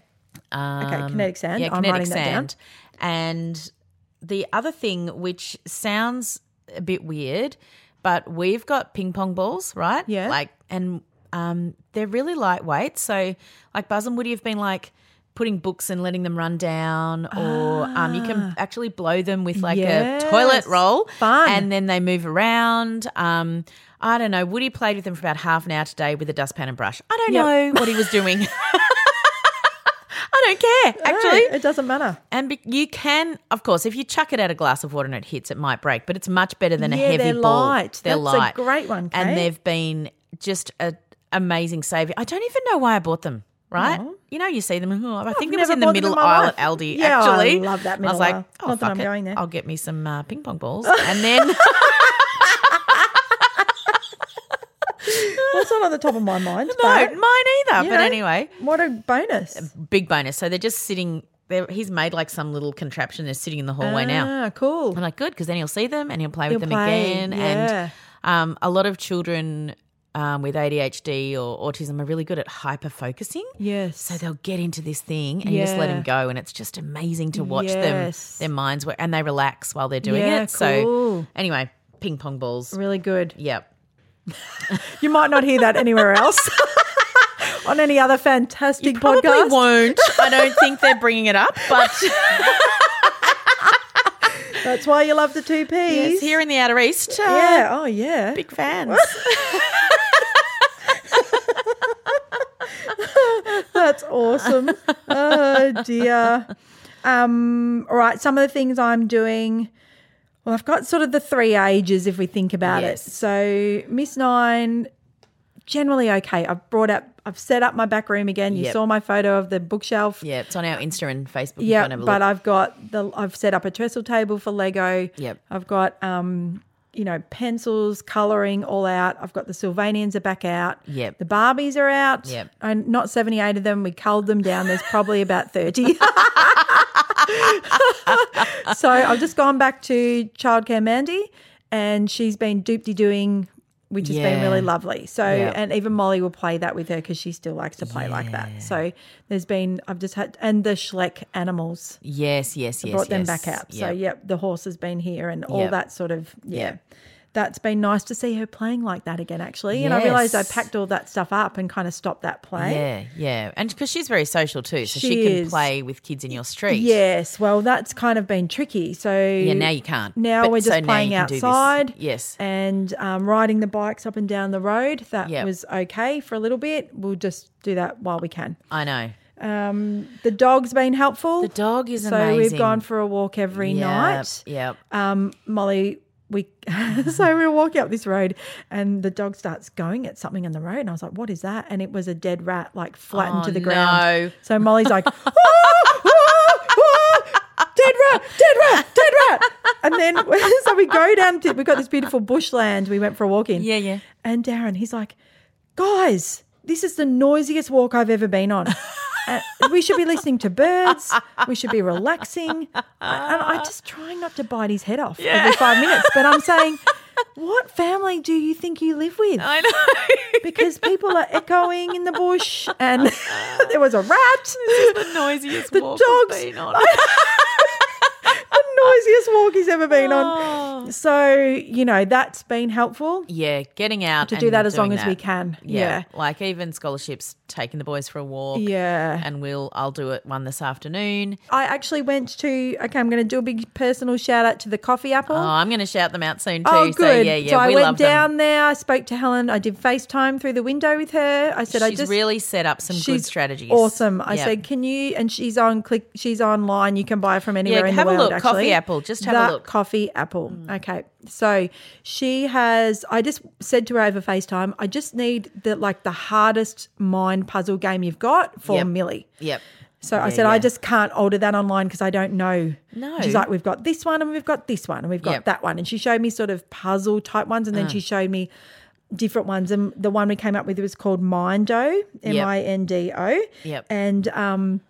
Speaker 2: Um,
Speaker 1: kinetic sand.
Speaker 2: Yeah,
Speaker 1: I'm
Speaker 2: kinetic
Speaker 1: writing that down.
Speaker 2: sand. And the other thing, which sounds a bit weird, but we've got ping pong balls, right?
Speaker 1: Yeah.
Speaker 2: Like, and um, they're really lightweight. So, like, Buzz and Woody have been like putting books and letting them run down, or um, you can actually blow them with like
Speaker 1: Ah. Yes.
Speaker 2: a toilet roll.
Speaker 1: Fun.
Speaker 2: And then they move around. Um, I don't know. Woody played with them for about half an hour today with a dustpan and brush. I don't
Speaker 1: Yep.
Speaker 2: know what he was doing. I don't care, actually.
Speaker 1: No, it doesn't matter.
Speaker 2: And be- you can, of course, if you chuck it at a glass of water and it hits, it might break, but it's much better than
Speaker 1: Yeah,
Speaker 2: a heavy
Speaker 1: they're
Speaker 2: ball.
Speaker 1: light.
Speaker 2: They're
Speaker 1: That's a
Speaker 2: light.
Speaker 1: great one, Kate.
Speaker 2: And they've been just a amazing saviour. I don't even know why I bought them. right? You know, you see them. oh, I think it was
Speaker 1: never
Speaker 2: in the
Speaker 1: bothered
Speaker 2: middle
Speaker 1: in my
Speaker 2: aisle
Speaker 1: life.
Speaker 2: at Aldi.
Speaker 1: Yeah, I
Speaker 2: actually,
Speaker 1: love that
Speaker 2: I
Speaker 1: middle
Speaker 2: was like,
Speaker 1: aisle.
Speaker 2: oh,
Speaker 1: Not that
Speaker 2: fuck
Speaker 1: I'm
Speaker 2: it.
Speaker 1: going there.
Speaker 2: I'll get me some uh, ping pong balls, and then
Speaker 1: That's not on the top of my mind.
Speaker 2: no, mine
Speaker 1: but,
Speaker 2: either.
Speaker 1: you
Speaker 2: but
Speaker 1: know,
Speaker 2: anyway,
Speaker 1: what a bonus!
Speaker 2: big bonus. So they're just sitting. They're, he's made like some little contraption. They're sitting in the hallway now.
Speaker 1: Ah, cool.
Speaker 2: I'm like, good, because then he'll see them and he'll play with
Speaker 1: He'll
Speaker 2: them
Speaker 1: play,
Speaker 2: again.
Speaker 1: yeah.
Speaker 2: And um, a lot of children um, with ADHD or autism are really good at hyper focusing.
Speaker 1: Yes.
Speaker 2: So they'll get into this thing and you just let
Speaker 1: Yeah.
Speaker 2: them go. And it's just amazing to watch
Speaker 1: Yes.
Speaker 2: them, their minds work, and they relax while they're doing
Speaker 1: Yeah,
Speaker 2: it. So,
Speaker 1: cool.
Speaker 2: anyway, ping pong balls.
Speaker 1: really good.
Speaker 2: Yep.
Speaker 1: You might not hear that anywhere else on any other fantastic
Speaker 2: Probably
Speaker 1: podcast.
Speaker 2: won't. I don't think they're bringing it up, but
Speaker 1: That's why you love the two Ps.
Speaker 2: it's here in the Outer East. uh,
Speaker 1: yeah. Oh, yeah.
Speaker 2: Big fans.
Speaker 1: That's awesome. oh dear. Um, all right. Some of the things I'm doing. Well, I've got sort of the three ages if we think about
Speaker 2: Yes.
Speaker 1: it. So Miss Nine, generally okay. I've brought up. I've set up my back room again. You
Speaker 2: Yep.
Speaker 1: saw my photo of the bookshelf.
Speaker 2: yeah, it's on our Insta and Facebook. if you
Speaker 1: Yeah,
Speaker 2: wanna have a
Speaker 1: but
Speaker 2: look.
Speaker 1: I've got the I've set up a trestle table for Lego.
Speaker 2: Yep.
Speaker 1: I've got um, you know, pencils, colouring all out. I've got the Sylvanians are back out.
Speaker 2: Yep.
Speaker 1: The Barbies are out.
Speaker 2: Yep.
Speaker 1: And not seventy eight of them. We culled them down. There's probably about thirty. so I've just gone back to childcare Mandy and she's been doop de doing which has been
Speaker 2: Yeah.
Speaker 1: really lovely. So
Speaker 2: Yep.
Speaker 1: and even Molly will play that with her because she still likes to play like that. So there's been I've just had and the Schleck animals
Speaker 2: yes, yes, yes.
Speaker 1: brought them
Speaker 2: yes.
Speaker 1: back out. So
Speaker 2: Yep.
Speaker 1: yep, the horse has been here and all
Speaker 2: Yep.
Speaker 1: that sort of yeah.
Speaker 2: Yep.
Speaker 1: That's been nice to see her playing like that again, actually. And I realised I
Speaker 2: Yes.
Speaker 1: packed all that stuff up and kind of stopped that play.
Speaker 2: Yeah, yeah. And because she's very social too, so she,
Speaker 1: She
Speaker 2: can
Speaker 1: is.
Speaker 2: play with kids in your street.
Speaker 1: Yes, well, that's kind of been tricky. So
Speaker 2: Yeah, now you can't.
Speaker 1: Now
Speaker 2: But-
Speaker 1: we're just
Speaker 2: so now you
Speaker 1: playing
Speaker 2: can do this.
Speaker 1: outside.
Speaker 2: Yes.
Speaker 1: and um, riding the bikes up and down the road. That
Speaker 2: Yep.
Speaker 1: was okay for a little bit. We'll just do that while we can.
Speaker 2: I know.
Speaker 1: Um, the dog's been helpful.
Speaker 2: The dog is
Speaker 1: so
Speaker 2: amazing.
Speaker 1: we've gone for a walk every
Speaker 2: Yep,
Speaker 1: night.
Speaker 2: Yep.
Speaker 1: Um, Molly, we so we were walking up this road, and the dog starts going at something on the road, and I was like, "What is that?" And it was a dead rat, like flattened
Speaker 2: Oh,
Speaker 1: to the ground.
Speaker 2: no.
Speaker 1: So Molly's like, "Ah, ah, ah, "Dead rat! Dead rat! Dead rat!" And then so we go down to we've got this beautiful bushland. We went for a walk in.
Speaker 2: Yeah, yeah.
Speaker 1: And Darren, he's like, guys, this is the noisiest walk I've ever been on. Uh, we should be listening to birds. We should be relaxing. I- And I'm just trying not to bite his head off every five minutes. But I'm saying, what family do you think you live with?
Speaker 2: I know.
Speaker 1: Because people are echoing in the bush, and there was a rat.
Speaker 2: Uh, the noisiest
Speaker 1: The
Speaker 2: walk
Speaker 1: dogs.
Speaker 2: we've been on.
Speaker 1: the noisiest walk he's ever been
Speaker 2: Oh.
Speaker 1: on. So, you know, that's been helpful.
Speaker 2: yeah, getting out
Speaker 1: To
Speaker 2: and
Speaker 1: do that as long
Speaker 2: doing
Speaker 1: as we
Speaker 2: that.
Speaker 1: can. Yeah.
Speaker 2: Yeah. Like even scholarships, taking the boys for a walk.
Speaker 1: Yeah.
Speaker 2: And we'll I'll do it one this afternoon.
Speaker 1: I actually went to. Okay, I'm going to do a big personal shout out to the Coffee Apple.
Speaker 2: Oh, I'm going to shout them out soon too.
Speaker 1: Oh, good.
Speaker 2: So yeah, yeah,
Speaker 1: I
Speaker 2: we
Speaker 1: went
Speaker 2: love
Speaker 1: down
Speaker 2: them.
Speaker 1: there. I spoke to Helen. I did FaceTime through the window with her. I said,
Speaker 2: She's
Speaker 1: "I just
Speaker 2: really set up some good strategies.
Speaker 1: Awesome. I
Speaker 2: Yep.
Speaker 1: said, "Can you?" And she's on click. She's online. You can buy her from anywhere in
Speaker 2: have
Speaker 1: the
Speaker 2: a
Speaker 1: world.
Speaker 2: look.
Speaker 1: Actually,
Speaker 2: Coffee Apple. Just have a
Speaker 1: The
Speaker 2: look. Mm.
Speaker 1: Coffee Apple. Okay. So she has. I just said to her over Facetime. I just need the like the hardest mind puzzle game you've got for
Speaker 2: Yep.
Speaker 1: Millie.
Speaker 2: Yep.
Speaker 1: So I said, I
Speaker 2: yeah.
Speaker 1: just can't order that online because I don't know.
Speaker 2: No.
Speaker 1: And She's like, we've got this one and we've got this one and we've got
Speaker 2: Yep. Ah.
Speaker 1: that one. And she showed me sort of puzzle type ones and then she showed me different ones. And the one we came up with was called Mindo, M I N D O.
Speaker 2: Yep.
Speaker 1: And um,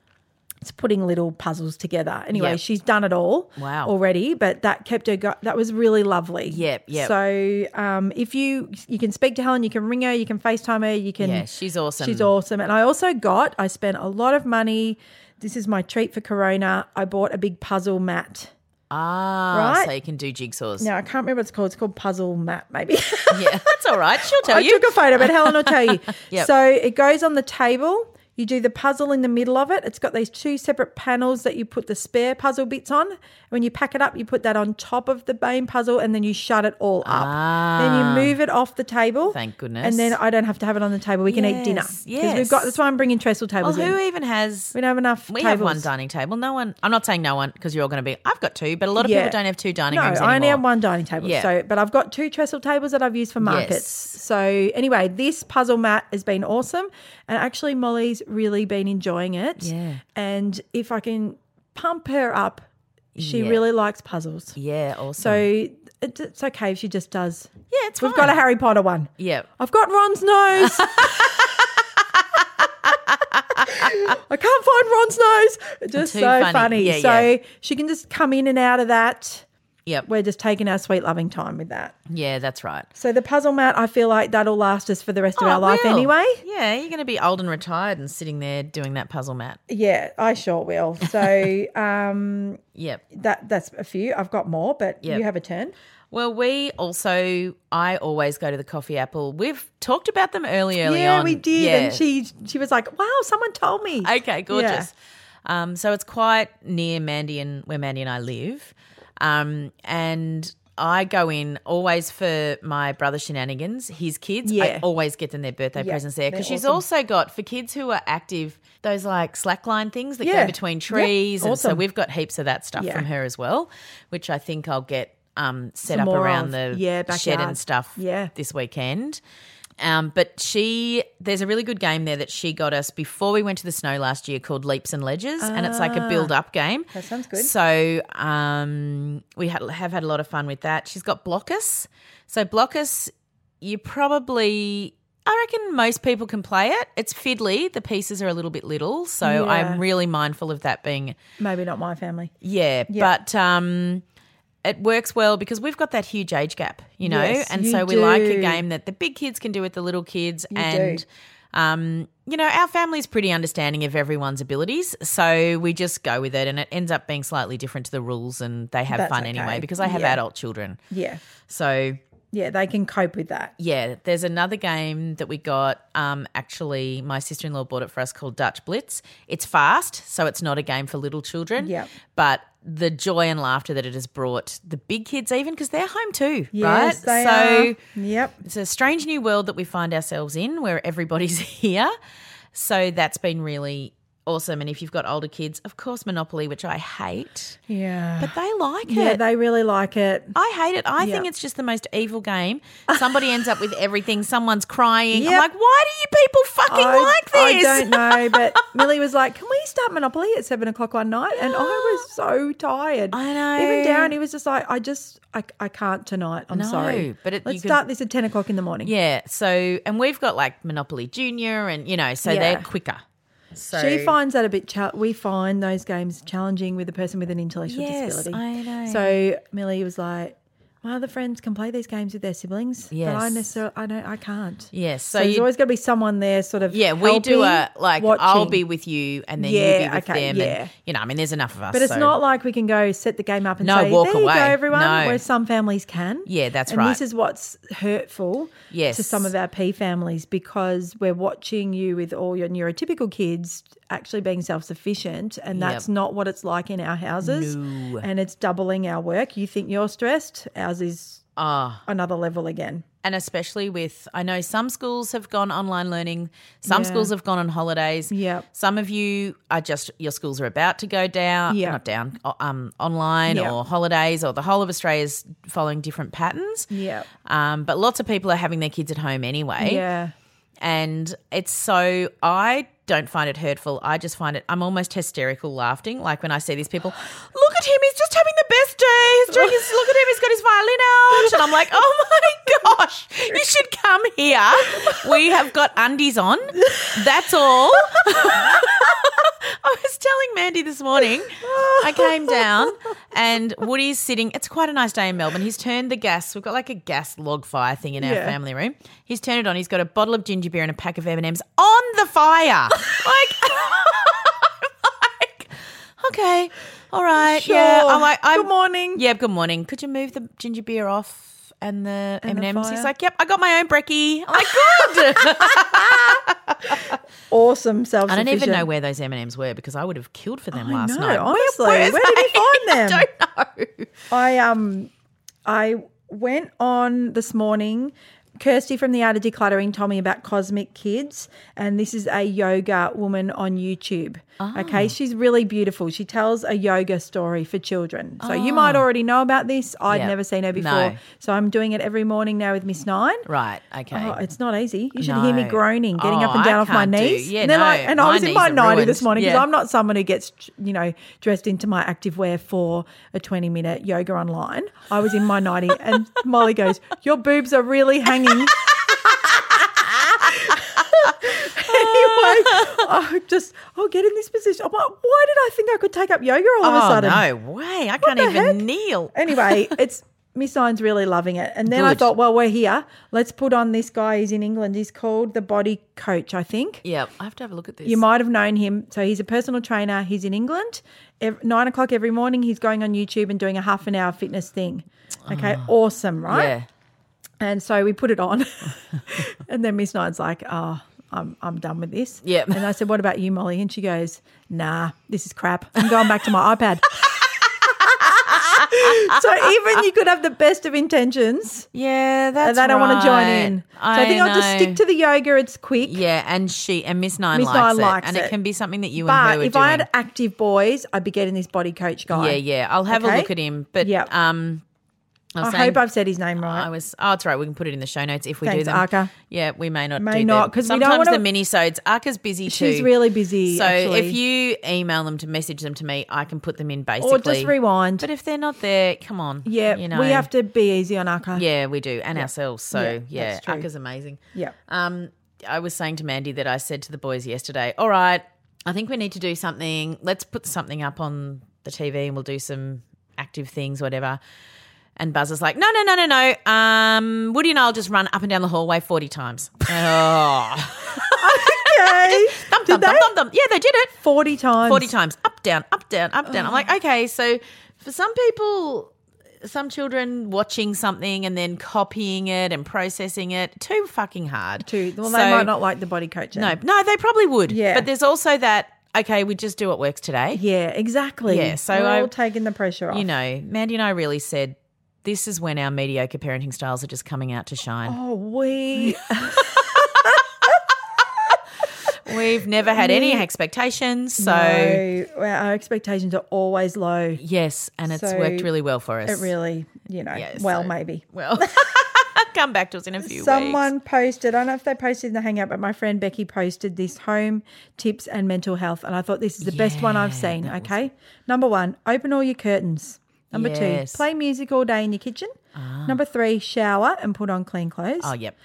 Speaker 1: it's putting little puzzles together. Anyway,
Speaker 2: Yep.
Speaker 1: she's done it all
Speaker 2: Wow.
Speaker 1: already, but that kept her, go- that was really lovely.
Speaker 2: Yep, yep.
Speaker 1: So um, if you, you can speak to Helen, you can ring her, you can FaceTime her, you can.
Speaker 2: Yeah, she's awesome.
Speaker 1: She's awesome. And I also got, I spent a lot of money. This is my treat for Corona. I bought a big puzzle mat.
Speaker 2: Ah,
Speaker 1: Right?
Speaker 2: so you can do jigsaws.
Speaker 1: Now, I can't remember what it's called. It's called Puzzle Mat, maybe.
Speaker 2: Yeah, that's all right. She'll tell
Speaker 1: I
Speaker 2: you.
Speaker 1: took a photo, but Helen will tell you.
Speaker 2: Yep.
Speaker 1: So it goes on the table. You do the puzzle in the middle of it. It's got these two separate panels that you put the spare puzzle bits on. When you pack it up, you put that on top of the main puzzle and then you shut it all up. Then you move it off the table.
Speaker 2: Ah. Thank goodness.
Speaker 1: And then I don't have to have it on the table. We can eat dinner.
Speaker 2: Yes,
Speaker 1: Because we've
Speaker 2: yes.
Speaker 1: got that's why I'm bringing trestle
Speaker 2: well,
Speaker 1: tables in.
Speaker 2: who even has?
Speaker 1: We don't have enough
Speaker 2: We
Speaker 1: tables.
Speaker 2: have one dining table. No one. I'm not saying no one because you're all going to be. I've got two, but a lot of
Speaker 1: Yeah.
Speaker 2: people don't have two dining
Speaker 1: No,
Speaker 2: rooms
Speaker 1: I
Speaker 2: anymore.
Speaker 1: only have one dining table.
Speaker 2: Yeah.
Speaker 1: So, but I've got two trestle tables that I've used for markets.
Speaker 2: Yes.
Speaker 1: So, anyway, this puzzle mat has been awesome, and actually, Molly's really been enjoying it.
Speaker 2: Yeah.
Speaker 1: And if I can pump her up, she
Speaker 2: Yeah.
Speaker 1: really likes puzzles.
Speaker 2: Yeah, also.
Speaker 1: So it, it's okay if she just does.
Speaker 2: yeah, it's
Speaker 1: We've got
Speaker 2: fine.
Speaker 1: a Harry Potter one.
Speaker 2: Yeah.
Speaker 1: I've got Ron's nose. I can't find Ron's nose. It's Just
Speaker 2: Too
Speaker 1: so funny.
Speaker 2: funny. Yeah,
Speaker 1: so
Speaker 2: yeah.
Speaker 1: she can just come in and out of that.
Speaker 2: Yep.
Speaker 1: We're just taking our sweet loving time with that.
Speaker 2: Yeah, that's right.
Speaker 1: So the puzzle mat, I feel like that'll last us for the rest of
Speaker 2: Oh,
Speaker 1: our
Speaker 2: it
Speaker 1: life
Speaker 2: will.
Speaker 1: anyway.
Speaker 2: Yeah, you're going to be old and retired and sitting there doing that puzzle mat.
Speaker 1: Yeah, I sure will. So um,
Speaker 2: Yep.
Speaker 1: that that's a few. I've got more, but
Speaker 2: Yep.
Speaker 1: you have a turn.
Speaker 2: Well, we also, I always go to the Coffee Apple. We've talked about them early, early
Speaker 1: yeah,
Speaker 2: on.
Speaker 1: we did,
Speaker 2: Yeah.
Speaker 1: and she she was like, "Wow, someone told me."
Speaker 2: Okay, gorgeous. Um, so it's quite near Mandy and where Mandy and I live. Um, and I go in always for my brother shenanigans, his kids.
Speaker 1: Yeah.
Speaker 2: I always get them their birthday
Speaker 1: Yeah,
Speaker 2: presents there because
Speaker 1: they're
Speaker 2: she's
Speaker 1: awesome.
Speaker 2: also got for kids who are active those like slackline things that
Speaker 1: Yeah.
Speaker 2: go between
Speaker 1: Yeah,
Speaker 2: trees, and so
Speaker 1: awesome.
Speaker 2: we've got heaps of that stuff
Speaker 1: Yeah.
Speaker 2: from her as well, which I think I'll get um, set
Speaker 1: Some
Speaker 2: up
Speaker 1: more
Speaker 2: around
Speaker 1: of.
Speaker 2: the
Speaker 1: Yeah,
Speaker 2: shed
Speaker 1: backyard.
Speaker 2: and stuff
Speaker 1: Yeah.
Speaker 2: this weekend. Um, but she, there's a really good game there that she got us before we went to the snow last year called Leaps and Ledges, and it's like a build-up game. That
Speaker 1: Ah, sounds good.
Speaker 2: So um, we ha- have had a lot of fun with that. She's got Blockus. So Blockus, you probably, I reckon most people can play it. It's fiddly. The pieces are a little bit little, so
Speaker 1: Yeah.
Speaker 2: I'm really mindful of that being
Speaker 1: Maybe not my family.
Speaker 2: yeah, but um, it works well because we've got that huge age gap, you know,
Speaker 1: Yes,
Speaker 2: and
Speaker 1: you
Speaker 2: so we like
Speaker 1: do.
Speaker 2: a game that the big kids can do with the little kids, and um, you know, our family's pretty understanding of everyone's abilities, so we just go with it, and it ends up being slightly different to the rules, and they have
Speaker 1: That's
Speaker 2: fun
Speaker 1: okay.
Speaker 2: anyway because I have
Speaker 1: Yeah.
Speaker 2: adult children,
Speaker 1: Yeah,
Speaker 2: so
Speaker 1: yeah, they can cope with that.
Speaker 2: yeah, there's another game that we got. Um, actually, my sister in law bought it for us called Dutch Blitz. It's fast, so it's not a game for little children.
Speaker 1: Yep.
Speaker 2: But the joy and laughter that it has brought the big kids, even because they're home too,
Speaker 1: Yes, they
Speaker 2: right?
Speaker 1: are.
Speaker 2: so
Speaker 1: Yep.
Speaker 2: it's a strange new world that we find ourselves in where everybody's here. So that's been really awesome. And if you've got older kids, of course, Monopoly, which I hate,
Speaker 1: Yeah.
Speaker 2: but they like
Speaker 1: Yeah,
Speaker 2: it.
Speaker 1: they really like it.
Speaker 2: I hate it. I think
Speaker 1: Yeah.
Speaker 2: it's just the most evil game. Somebody ends up with everything. Someone's crying.
Speaker 1: Yeah.
Speaker 2: I'm like, why do you people fucking like this?
Speaker 1: I don't know, but Millie was like, "Can we start Monopoly at seven o'clock one night?" And I was so tired.
Speaker 2: I know.
Speaker 1: Even Darren, he was just like, "I just, I, I can't tonight. I'm
Speaker 2: No,
Speaker 1: sorry."
Speaker 2: but it-
Speaker 1: let's
Speaker 2: you could-
Speaker 1: start this at ten o'clock in the morning.
Speaker 2: yeah. So, and we've got like Monopoly Junior, and you know, so
Speaker 1: Yeah.
Speaker 2: they're quicker. So
Speaker 1: She finds that a bit. Cha- we find those games challenging with a person with an intellectual
Speaker 2: Yes,
Speaker 1: disability.
Speaker 2: I know.
Speaker 1: So Millie was like, "My other friends can play these games with their siblings, but I
Speaker 2: Yes.
Speaker 1: necessarily, I don't, I can't."
Speaker 2: yes.
Speaker 1: So,
Speaker 2: So,
Speaker 1: there's
Speaker 2: you,
Speaker 1: always got to be someone there, sort of.
Speaker 2: yeah, we do a
Speaker 1: helping,
Speaker 2: like I'll
Speaker 1: watching.
Speaker 2: be with you, and then
Speaker 1: Yeah,
Speaker 2: you be with
Speaker 1: okay,
Speaker 2: them.
Speaker 1: yeah.
Speaker 2: And, you know, I mean, there's enough of us.
Speaker 1: But it's
Speaker 2: so-
Speaker 1: not like we can go set the game up and
Speaker 2: No,
Speaker 1: say,
Speaker 2: walk
Speaker 1: "There you
Speaker 2: away.
Speaker 1: go, everyone."
Speaker 2: No.
Speaker 1: Where some families can.
Speaker 2: Yeah, that's
Speaker 1: and
Speaker 2: right.
Speaker 1: This is what's hurtful
Speaker 2: Yes.
Speaker 1: to some of our P families because we're watching you with all your neurotypical kids actually being self-sufficient, and that's not what it's like in our houses. And it's doubling our work. You think you're stressed? Ours is
Speaker 2: Ah.
Speaker 1: another level again.
Speaker 2: and especially with I know some schools have gone online learning, some
Speaker 1: Yeah.
Speaker 2: schools have gone on holidays.
Speaker 1: Yep.
Speaker 2: Some of you are just your schools are about to go down,
Speaker 1: Yeah.
Speaker 2: not down, o- um, online
Speaker 1: Yeah.
Speaker 2: or holidays, or the whole of Australia is following different patterns.
Speaker 1: Yeah.
Speaker 2: Um, but lots of people are having their kids at home anyway,
Speaker 1: Yeah.
Speaker 2: and it's so I don't find it hurtful. I just find it I'm almost hysterical laughing, like when I see these people. Look at him; he's just having the best day. He's doing his. look at him; he's got his violin out, and I'm like, oh my gosh, you should come here. We have got undies on. That's all. I was telling Mandy this morning. I came down and Woody's sitting. It's quite a nice day in Melbourne. He's turned the gas. We've got like a gas log fire thing in our
Speaker 1: Yeah.
Speaker 2: family room. He's turned it on. He's got a bottle of ginger beer and a pack of M and M's on the fire. like, I'm like, okay, all right, yeah.
Speaker 1: Sure.
Speaker 2: I'm like, I'm,
Speaker 1: Good morning.
Speaker 2: Yeah, good morning. Could you move the ginger beer off and the M
Speaker 1: the
Speaker 2: and M's? He's
Speaker 1: fire.
Speaker 2: like, yep, I got my own brekkie. I'm like, good.
Speaker 1: Awesome self.
Speaker 2: I don't even know where those M and M's were because I would have killed for them last
Speaker 1: No,
Speaker 2: night.
Speaker 1: honestly, where, did you find them?
Speaker 2: I don't know.
Speaker 1: I um I went on this morning Kirsty from the Art of Decluttering told me about Cosmic Kids, and this is a yoga woman on YouTube. Okay, she's really beautiful. She tells a yoga story for children. So you might already know about this. I'd
Speaker 2: Yeah.
Speaker 1: never seen her before.
Speaker 2: No.
Speaker 1: So I'm doing it every morning now with Miss Nine.
Speaker 2: Right. Okay.
Speaker 1: Oh, it's not easy. You should hear me
Speaker 2: No.
Speaker 1: groaning, getting
Speaker 2: Oh,
Speaker 1: up and down
Speaker 2: I
Speaker 1: off my
Speaker 2: can't do-
Speaker 1: knees.
Speaker 2: yeah,
Speaker 1: and they're
Speaker 2: no,
Speaker 1: like, and I
Speaker 2: my
Speaker 1: was in
Speaker 2: knees
Speaker 1: my
Speaker 2: are
Speaker 1: 90 this
Speaker 2: ruined.
Speaker 1: morning because
Speaker 2: Yeah.
Speaker 1: I'm not someone who gets, you know, dressed into my active wear for a 20 minute yoga online. I was in my 90 and Molly goes, Your boobs are really hanging. anyway, I just, oh, get in this position. I'm like, why did I think I could take up yoga all of a
Speaker 2: oh
Speaker 1: sudden?
Speaker 2: no way! I can't even kneel.
Speaker 1: Anyway, it's Miss Ian's really loving it. And then I
Speaker 2: Good.
Speaker 1: thought, well, we're here. Let's put on this guy. He's in England. He's called the Body Coach, I think.
Speaker 2: Yep. I have to have a look at this.
Speaker 1: You might have known him. So he's a personal trainer. He's in England. Ev nine o'clock every morning, he's going on YouTube and doing a half an hour fitness thing. Okay, awesome, right?
Speaker 2: Ah, Yeah.
Speaker 1: And so we put it on. and then Miss Nine's like, oh, I'm, I'm done with this.
Speaker 2: Yep.
Speaker 1: And I said, what about you, Molly? And she goes, nah, this is crap. I'm going back to my iPad. so even you could have the best of intentions
Speaker 2: Yeah.
Speaker 1: and
Speaker 2: That's
Speaker 1: they don't want to join
Speaker 2: right.
Speaker 1: in. So I, think I'll just
Speaker 2: know.
Speaker 1: stick to the yoga. It's quick.
Speaker 2: Yeah, and she and Miss Nine
Speaker 1: Miss
Speaker 2: likes
Speaker 1: Nine
Speaker 2: it,
Speaker 1: likes
Speaker 2: and
Speaker 1: it.
Speaker 2: it can be something that you and her
Speaker 1: But
Speaker 2: were
Speaker 1: if
Speaker 2: doing.
Speaker 1: I had active boys, I'd be getting this body coach guy.
Speaker 2: yeah, yeah, I'll have
Speaker 1: Okay?
Speaker 2: a look at him. But
Speaker 1: Yep.
Speaker 2: um, I, was
Speaker 1: I
Speaker 2: saying-
Speaker 1: hope I've said his name
Speaker 2: I
Speaker 1: right.
Speaker 2: was. Oh, it's right. We can put it in the show notes if we
Speaker 1: Thanks,
Speaker 2: do them.
Speaker 1: Arca.
Speaker 2: Yeah, we may not.
Speaker 1: May
Speaker 2: do
Speaker 1: not, 'cause we don't
Speaker 2: sometimes
Speaker 1: wanna-
Speaker 2: the mini sodes. Arca's busy too.
Speaker 1: She's really busy,
Speaker 2: So
Speaker 1: actually.
Speaker 2: if you email them to message them to me, I can put them in basically.
Speaker 1: Or just rewind.
Speaker 2: But if they're not there, come on.
Speaker 1: yeah,
Speaker 2: you know
Speaker 1: we have to be easy on Aka.
Speaker 2: Yeah, we do, and ourselves. So
Speaker 1: Yeah,
Speaker 2: yeah,
Speaker 1: that's true.
Speaker 2: Arca's amazing.
Speaker 1: Yeah.
Speaker 2: Um, I was saying to Mandy that I said to the boys yesterday, all right, I think we need to do something. Let's put something up on the TV and we'll do some active things, whatever. And Buzz is like, no, no, no, no, no. Um, Woody and I'll just run up and down the hallway 40 times. oh.
Speaker 1: Okay.
Speaker 2: Thump,
Speaker 1: Did
Speaker 2: thump,
Speaker 1: they?
Speaker 2: thump, thump, thump. Yeah, they did it.
Speaker 1: 40 times.
Speaker 2: 40 times. Up, down, up, down, up, down. I'm like, okay, so for some people, some children watching something and then copying it and processing it, too fucking hard.
Speaker 1: Too. Well,
Speaker 2: So-
Speaker 1: they might not like the body coach. then.
Speaker 2: No, no, they probably would.
Speaker 1: Yeah.
Speaker 2: But there's also that, okay, we just do what works today.
Speaker 1: Yeah, exactly.
Speaker 2: Yeah, so
Speaker 1: We're
Speaker 2: I-
Speaker 1: all taking the pressure off.
Speaker 2: You know, Mandy and I really said, this is when our mediocre parenting styles are just coming out to shine.
Speaker 1: Oh, we.
Speaker 2: We've never had any expectations. So,
Speaker 1: Oh, no, our expectations are always low.
Speaker 2: yes, and it's
Speaker 1: So
Speaker 2: worked really well for us.
Speaker 1: It really, you know,
Speaker 2: Yeah,
Speaker 1: well,
Speaker 2: so-
Speaker 1: maybe.
Speaker 2: Well, come back to us in a few
Speaker 1: Someone
Speaker 2: weeks.
Speaker 1: posted, I don't know if they posted in the hangout, but my friend Becky posted this home tips and mental health. And I thought this is the best one I've seen. Okay. Number one, open all your curtains. Number
Speaker 2: Yes.
Speaker 1: two,
Speaker 2: Ah.
Speaker 1: play music all day in your kitchen. Number three, shower and put on clean clothes,
Speaker 2: Oh, yep.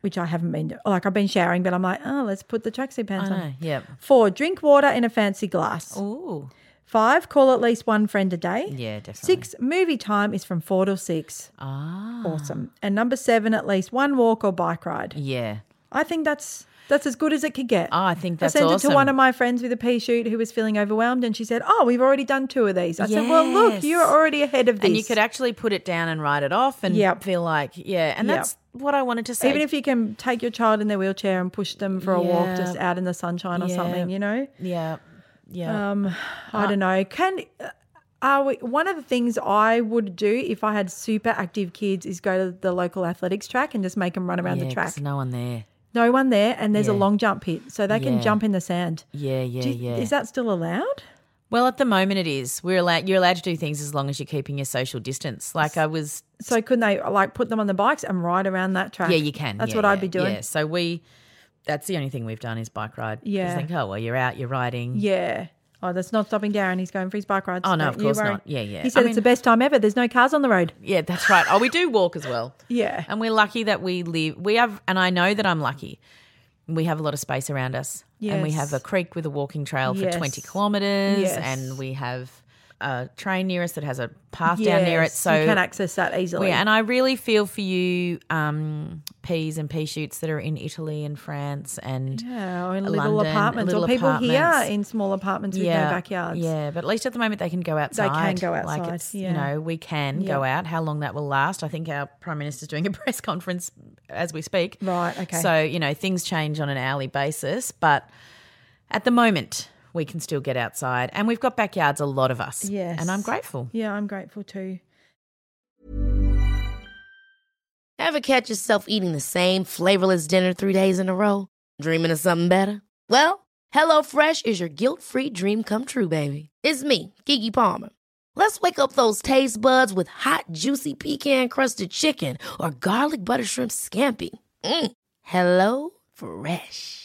Speaker 1: which I haven't been do- Like, I've been showering, but I'm like, oh, let's put the tracksuit pants
Speaker 2: I know,
Speaker 1: on.
Speaker 2: yep.
Speaker 1: Four, drink water in a fancy glass.
Speaker 2: Ooh.
Speaker 1: Five, call at least one friend a day.
Speaker 2: Yeah, definitely.
Speaker 1: Six, movie time is from four till six. Ah. Awesome. And number seven, at least one walk or bike ride.
Speaker 2: Yeah.
Speaker 1: I think that's that's as good as it could get.
Speaker 2: Oh, I think that's
Speaker 1: I sent it
Speaker 2: awesome.
Speaker 1: to one of my friends with a pea shoot who was feeling overwhelmed, and she said, "Oh, we've already done two of these." I said, "Well, look,
Speaker 2: Yes.
Speaker 1: you're already ahead of this."
Speaker 2: And you could actually put it down and write it off and
Speaker 1: Yep.
Speaker 2: feel like, yeah. And
Speaker 1: Yep.
Speaker 2: that's what I wanted to say.
Speaker 1: even if you can take your child in their wheelchair and push them for a walk,
Speaker 2: Yeah.
Speaker 1: just out in the sunshine or
Speaker 2: Yeah.
Speaker 1: something, you know.
Speaker 2: Yeah. Yeah.
Speaker 1: Um, I don't know. Can uh, are we, one of the things I would do if I had super active kids is go to the local athletics track and just make them run around
Speaker 2: yeah,
Speaker 1: the
Speaker 2: 'cause
Speaker 1: track.
Speaker 2: no one there.
Speaker 1: No one there, and there's a
Speaker 2: Yeah.
Speaker 1: long jump pit, so they can
Speaker 2: Yeah.
Speaker 1: jump in the sand.
Speaker 2: Yeah, yeah,
Speaker 1: Do you-
Speaker 2: yeah.
Speaker 1: Is that still allowed?
Speaker 2: Well, at the moment it is. We're allowed. You're allowed to do things as long as you're keeping your social distance. Like I was.
Speaker 1: So couldn't they like put them on the bikes and ride around that track?
Speaker 2: Yeah, you can.
Speaker 1: That's
Speaker 2: Yeah,
Speaker 1: what
Speaker 2: yeah,
Speaker 1: I'd be doing.
Speaker 2: Yeah. So we. That's the only thing we've done is bike ride. Just
Speaker 1: Yeah.
Speaker 2: think, oh well, you're out, you're riding.
Speaker 1: Yeah. Oh, that's not stopping Darren. He's going for his bike rides.
Speaker 2: Oh, no,
Speaker 1: Don't
Speaker 2: of
Speaker 1: you
Speaker 2: course
Speaker 1: worry.
Speaker 2: not. Yeah, yeah.
Speaker 1: He said
Speaker 2: I
Speaker 1: it's the best time ever. There's no cars on the road.
Speaker 2: Yeah, that's right. Oh, we do walk as well.
Speaker 1: Yeah.
Speaker 2: And we're lucky that we live. We have, and I know that I'm lucky. We have a lot of space around us, and we
Speaker 1: Yes.
Speaker 2: have a creek with a walking trail for
Speaker 1: Yes.
Speaker 2: 20 kilometres,
Speaker 1: Yes.
Speaker 2: and we have a train near us that has a path down near it.
Speaker 1: Yes,
Speaker 2: So
Speaker 1: you can access that easily.
Speaker 2: yeah, and I really feel for you, um, peas and pea shoots that are in Italy and France and
Speaker 1: Yeah, or in little
Speaker 2: London,
Speaker 1: apartments,
Speaker 2: little
Speaker 1: or people
Speaker 2: apartments.
Speaker 1: here in small apartments with no backyards.
Speaker 2: Yeah, but at least at the moment they can go outside.
Speaker 1: go outside,
Speaker 2: Like it's,
Speaker 1: yeah.
Speaker 2: you know, we can go out. How long that will last? I think our prime minister's doing a press conference as we speak.
Speaker 1: Right, okay.
Speaker 2: So you know, things change on an hourly basis, but at the moment we can still get outside, and we've got backyards. A lot of us.
Speaker 1: Yes.
Speaker 2: and I'm grateful.
Speaker 1: Yeah, I'm grateful too.
Speaker 3: Ever catch yourself eating the same flavorless dinner three days in a row? Dreaming of something better? Well, HelloFresh is your guilt free dream come true, baby. It's me, Kiki Palmer. Let's wake up those taste buds with hot, juicy pecan crusted chicken or garlic butter shrimp scampi. Mm. Hello Fresh.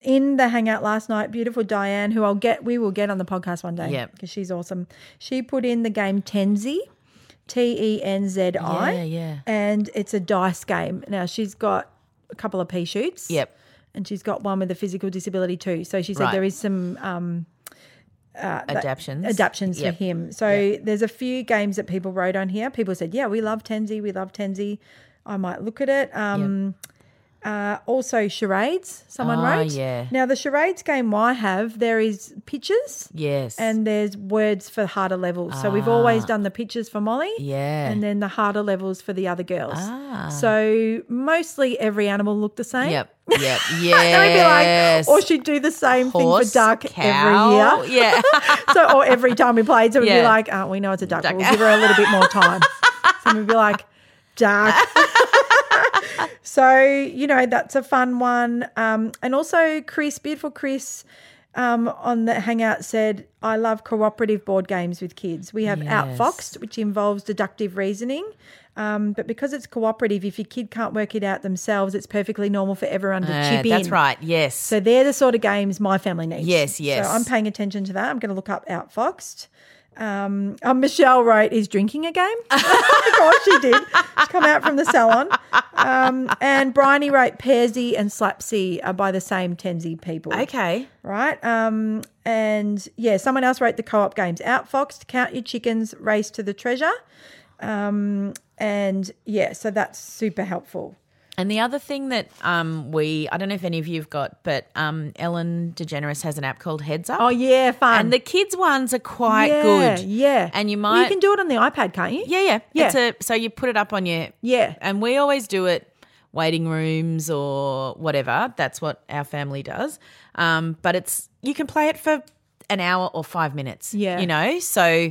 Speaker 1: in the hangout last night, beautiful Diane, who I'll get, we will get on the podcast one day.
Speaker 2: Yep.
Speaker 1: because she's awesome. She put in the game Tenzi, T E N Z I.
Speaker 2: Yeah, yeah.
Speaker 1: and it's a dice game. Now she's got a couple of pea shoots.
Speaker 2: Yep.
Speaker 1: and she's got one with a physical disability too. So she said
Speaker 2: Right.
Speaker 1: there is some um,
Speaker 2: Adaptions.
Speaker 1: adaptions
Speaker 2: Yep.
Speaker 1: for him. So there's a few games that people wrote on here. People said, "Yeah, we love Tenzi, we love Tenzi." I might look at it. Um, uh, also, charades. Someone
Speaker 2: Ah,
Speaker 1: wrote.
Speaker 2: yeah.
Speaker 1: Now the charades game I have, there is pictures
Speaker 2: Yes. Ah.
Speaker 1: and there's words for harder levels. So we've always done the pictures for Molly.
Speaker 2: Yeah. Ah.
Speaker 1: And then the harder levels for the other girls. So mostly every animal looked the same.
Speaker 2: Yep. Yep.
Speaker 1: And we'd be
Speaker 2: Yes.
Speaker 1: like, or she'd do the same thing
Speaker 2: Horse,
Speaker 1: for duck
Speaker 2: cow.
Speaker 1: every year.
Speaker 2: Yeah.
Speaker 1: so, or every time we played, so we'd be
Speaker 2: Yeah.
Speaker 1: like, oh, we know it's a duck. We'll give her a little bit more time. so we'd be like, duck. so, you know, that's a fun one. Um, and also, Chris, beautiful Chris. Um, on the hangout said, I love cooperative board games with kids. We have Outfoxed, which involves deductive reasoning. Um, but because it's cooperative, if your kid can't work it out themselves, it's perfectly normal for everyone to
Speaker 2: Uh,
Speaker 1: chip in.
Speaker 2: that's right. Yes.
Speaker 1: So they're the sort of games my family needs.
Speaker 2: Yes, yes.
Speaker 1: So I'm paying attention to that. I'm going to look up Outfoxed. Um, oh, Michelle wrote, is drinking a game? of course she did. She's come out from the salon. Um, and Bryony wrote, Pearsy and Slapsy are by the same Tenzi people.
Speaker 2: okay.
Speaker 1: Right? Um, and yeah, someone else wrote the co op games Outfoxed, Count Your Chickens, Race to the Treasure. Um, and yeah, so that's super helpful.
Speaker 2: And the other thing that um, we, I don't know if any of you've got, but um, Ellen DeGeneres has an app called Heads Up.
Speaker 1: Oh, yeah, fun.
Speaker 2: And the kids' ones are quite
Speaker 1: yeah,
Speaker 2: good.
Speaker 1: Yeah.
Speaker 2: And you
Speaker 1: Well,
Speaker 2: might.
Speaker 1: you can do it on the iPad, can't you?
Speaker 2: Yeah, yeah.
Speaker 1: Yeah.
Speaker 2: It's a, so you put it up on your.
Speaker 1: Yeah.
Speaker 2: And we always do it waiting rooms or whatever. That's what our family does. Um, but it's, you can play it for an hour or five minutes.
Speaker 1: Yeah.
Speaker 2: You know? So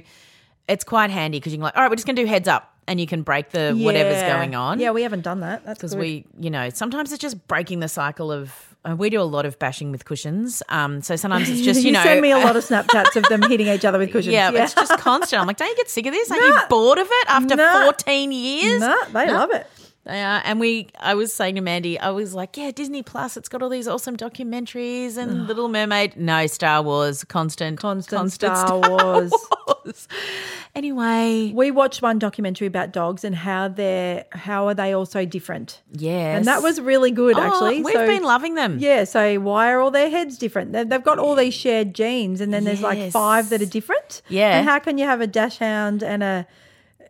Speaker 2: it's quite handy because you can, like, all right, we're just going to do Heads Up. And you can break the whatever's
Speaker 1: Yeah.
Speaker 2: going on.
Speaker 1: Yeah, we haven't done that. That's
Speaker 2: because
Speaker 1: good.
Speaker 2: we, you know, sometimes it's just breaking the cycle of. uh, We do a lot of bashing with cushions, um, so sometimes it's just you, know. uh,
Speaker 1: send me a lot of Snapchats of them hitting each other with cushions.
Speaker 2: yeah, it's just constant. I'm like, don't you get sick of this? Aren't
Speaker 1: No.
Speaker 2: you bored of it after
Speaker 1: No.
Speaker 2: 14 years?
Speaker 1: No, they love it.
Speaker 2: They are. And we, I was saying to Mandy, I was like, yeah, Disney Plus, it's got all these awesome documentaries and Little Mermaid. No, Star Wars, constant,
Speaker 1: Constant, Star, Wars.
Speaker 2: Wars. Anyway,
Speaker 1: We watched one documentary about dogs and how they're how are they all so different.
Speaker 2: yes,
Speaker 1: And that was really good,
Speaker 2: Oh,
Speaker 1: actually.
Speaker 2: We've
Speaker 1: So-
Speaker 2: been loving them.
Speaker 1: Yeah, so why are all their heads different? They- They've got all these shared genes, and then there's like
Speaker 2: Yes.
Speaker 1: five that are different.
Speaker 2: Yeah.
Speaker 1: and how can you have a dashhound and a,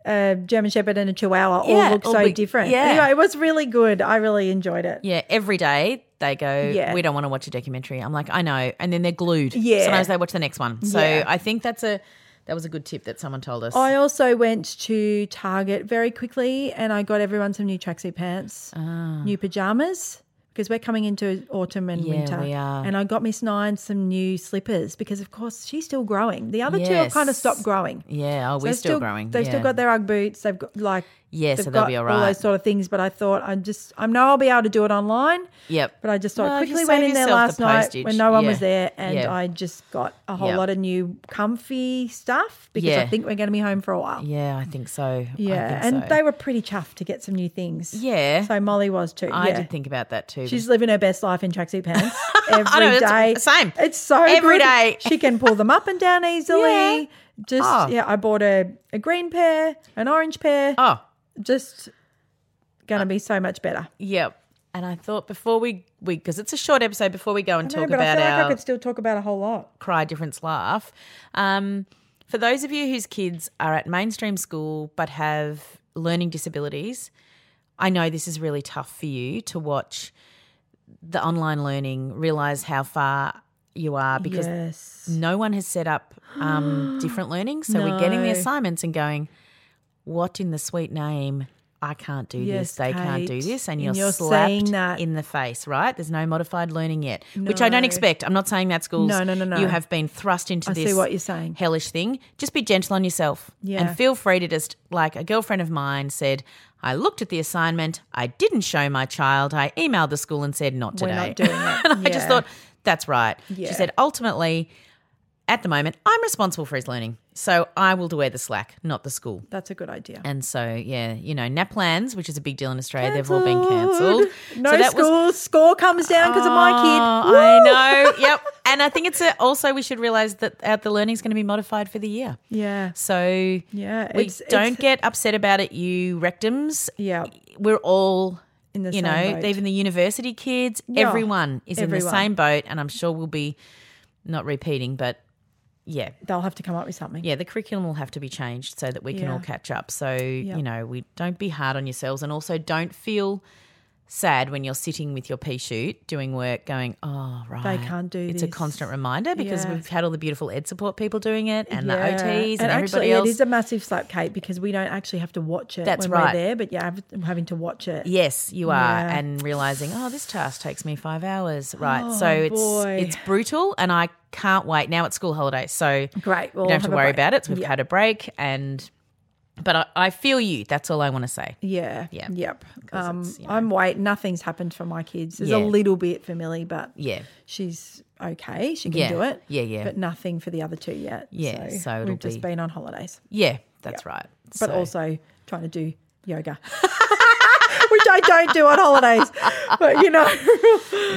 Speaker 1: a German Shepherd and a Chihuahua all
Speaker 2: Yeah,
Speaker 1: look
Speaker 2: all
Speaker 1: so
Speaker 2: big-
Speaker 1: different?
Speaker 2: yeah.
Speaker 1: Anyway, it was really good. I really enjoyed it.
Speaker 2: Yeah, every day they go,
Speaker 1: Yeah.
Speaker 2: we don't want to watch a documentary. I'm like, I know. And then they're glued.
Speaker 1: Yeah.
Speaker 2: Sometimes they watch the next one. So
Speaker 1: Yeah.
Speaker 2: I think that's a that was a good tip that someone told us.
Speaker 1: I also went to Target very quickly and I got everyone some new tracksuit pants, new pajamas. Because we're coming into autumn and
Speaker 2: Ah. Yeah,
Speaker 1: winter.
Speaker 2: we are.
Speaker 1: And I got Miss Nine some new slippers because, of course, she's still growing. The other two have kind of
Speaker 2: Yes.
Speaker 1: stopped growing.
Speaker 2: yeah, oh,
Speaker 1: So
Speaker 2: we're
Speaker 1: they've
Speaker 2: still, growing.
Speaker 1: They've
Speaker 2: yeah.
Speaker 1: still got their UGG boots. They've got like
Speaker 2: Yeah,
Speaker 1: they've
Speaker 2: so they'll be
Speaker 1: got
Speaker 2: all
Speaker 1: all
Speaker 2: right.
Speaker 1: those sort of things. But I thought I just I know I'll be able to do it online.
Speaker 2: Yep.
Speaker 1: But I just thought
Speaker 2: Well,
Speaker 1: I
Speaker 2: if you
Speaker 1: quickly went
Speaker 2: save
Speaker 1: in there
Speaker 2: yourself
Speaker 1: last
Speaker 2: the
Speaker 1: night
Speaker 2: postage,
Speaker 1: when no one was
Speaker 2: yeah.
Speaker 1: there, and
Speaker 2: Yeah.
Speaker 1: I just got a whole
Speaker 2: Yeah.
Speaker 1: lot of new comfy stuff because I
Speaker 2: Yeah.
Speaker 1: think we're going to be home for a while.
Speaker 2: Yeah, I think so. I
Speaker 1: Yeah,
Speaker 2: think
Speaker 1: and
Speaker 2: so.
Speaker 1: they were pretty chuffed to get some new things.
Speaker 2: Yeah.
Speaker 1: so Molly was too.
Speaker 2: I
Speaker 1: yeah.
Speaker 2: did think about that too.
Speaker 1: She's living her best life in tracksuit pants every day.
Speaker 2: know, it's the same.
Speaker 1: It's so
Speaker 2: Every
Speaker 1: every day.
Speaker 2: day.
Speaker 1: she can pull them up and down easily.
Speaker 2: Yeah.
Speaker 1: Just
Speaker 2: Oh.
Speaker 1: yeah, I bought a, a green pair, an orange pair.
Speaker 2: oh,
Speaker 1: Just going to be so much better.
Speaker 2: Yep. And I thought before we we because it's a short episode before we go and
Speaker 1: No,
Speaker 2: talk
Speaker 1: but I
Speaker 2: about
Speaker 1: feel
Speaker 2: our
Speaker 1: like I could still talk about a whole lot.
Speaker 2: cry difference laugh. Um, for those of you whose kids are at mainstream school but have learning disabilities, I know this is really tough for you to watch the online learning, realize how far you are because
Speaker 1: yes.
Speaker 2: no one has set up um, different learning. So we're getting
Speaker 1: No.
Speaker 2: the assignments and going, what in the sweet name? I can't do
Speaker 1: Yes,
Speaker 2: this. They can't do
Speaker 1: Kate.
Speaker 2: this, and
Speaker 1: And
Speaker 2: you're,
Speaker 1: you're
Speaker 2: slapped
Speaker 1: saying that.
Speaker 2: in the face, right? There's no modified learning yet, which I don't expect. I'm not saying that schools.
Speaker 1: No, no, no, no.
Speaker 2: You have been thrust into
Speaker 1: I
Speaker 2: this.
Speaker 1: see what you're saying.
Speaker 2: Hellish thing. Just be gentle on yourself,
Speaker 1: Yeah.
Speaker 2: and feel free to just like a girlfriend of mine said. I looked at the assignment. I didn't show my child. I emailed the school and said, "Not
Speaker 1: We're
Speaker 2: today."
Speaker 1: not doing it.
Speaker 2: and I just
Speaker 1: Yeah.
Speaker 2: thought, that's right.
Speaker 1: Yeah.
Speaker 2: She said, ultimately, at the moment, I'm responsible for his learning. So I will wear the slack, not the school.
Speaker 1: That's a good idea.
Speaker 2: And so, yeah, you know, NAPLANs, which is a big deal in Australia, they've all been cancelled.
Speaker 1: No
Speaker 2: so
Speaker 1: school score comes down because of my kid.
Speaker 2: Oh, I know. yep. And I think it's a, also we should realize that uh, the learning is going to be modified for the year.
Speaker 1: Yeah.
Speaker 2: So
Speaker 1: Yeah,
Speaker 2: we
Speaker 1: it's-
Speaker 2: don't
Speaker 1: it's-
Speaker 2: get upset about it, you rectums.
Speaker 1: Yeah.
Speaker 2: Uh, We're all
Speaker 1: In the
Speaker 2: you
Speaker 1: same
Speaker 2: know,
Speaker 1: boat.
Speaker 2: even the university kids,
Speaker 1: Yeah,
Speaker 2: everyone is in the
Speaker 1: everyone.
Speaker 2: same boat, and I'm sure we'll be not repeating, but yeah,
Speaker 1: They'll have to come up with something.
Speaker 2: yeah, the curriculum will have to be changed so that we can all
Speaker 1: Yeah.
Speaker 2: catch up. So you know, we don't be hard on yourselves, and also don't feel sad when you're sitting with your pea shoot doing work, going, oh right,
Speaker 1: can't do
Speaker 2: It's a
Speaker 1: this."
Speaker 2: constant reminder because
Speaker 1: Yeah.
Speaker 2: we've had all the beautiful ed support people doing it, and
Speaker 1: Yeah.
Speaker 2: the OTs, and,
Speaker 1: actually,
Speaker 2: everybody else.
Speaker 1: it is a massive slap, Kate, because we don't actually have to watch it
Speaker 2: That's
Speaker 1: when
Speaker 2: right.
Speaker 1: we're there, but yeah, I'm having to watch it.
Speaker 2: Yes, you are,
Speaker 1: Yeah.
Speaker 2: and realizing, oh, this task takes me five hours, right?
Speaker 1: Oh,
Speaker 2: so it's
Speaker 1: boy.
Speaker 2: it's brutal, and I can't wait. Now it's school holidays, so
Speaker 1: Great. We'll
Speaker 2: you don't have,
Speaker 1: have
Speaker 2: to
Speaker 1: a
Speaker 2: worry
Speaker 1: break.
Speaker 2: about it. So we've
Speaker 1: Yeah.
Speaker 2: had a break, and but I, I feel you. That's all I want to say.
Speaker 1: Yeah.
Speaker 2: Yeah.
Speaker 1: Yep.
Speaker 2: 'Cause
Speaker 1: Um,
Speaker 2: it's, you know.
Speaker 1: I'm wait. Nothing's happened for my kids. There's
Speaker 2: Yeah.
Speaker 1: a little bit for Millie, but
Speaker 2: Yeah,
Speaker 1: she's okay. She can
Speaker 2: Yeah.
Speaker 1: do it.
Speaker 2: Yeah, yeah.
Speaker 1: But nothing for the other two yet.
Speaker 2: Yeah, so it'll
Speaker 1: we've just
Speaker 2: be-
Speaker 1: been on holidays,
Speaker 2: yeah, that's right.
Speaker 1: but also trying to do yoga, which I don't do on holidays. But you know.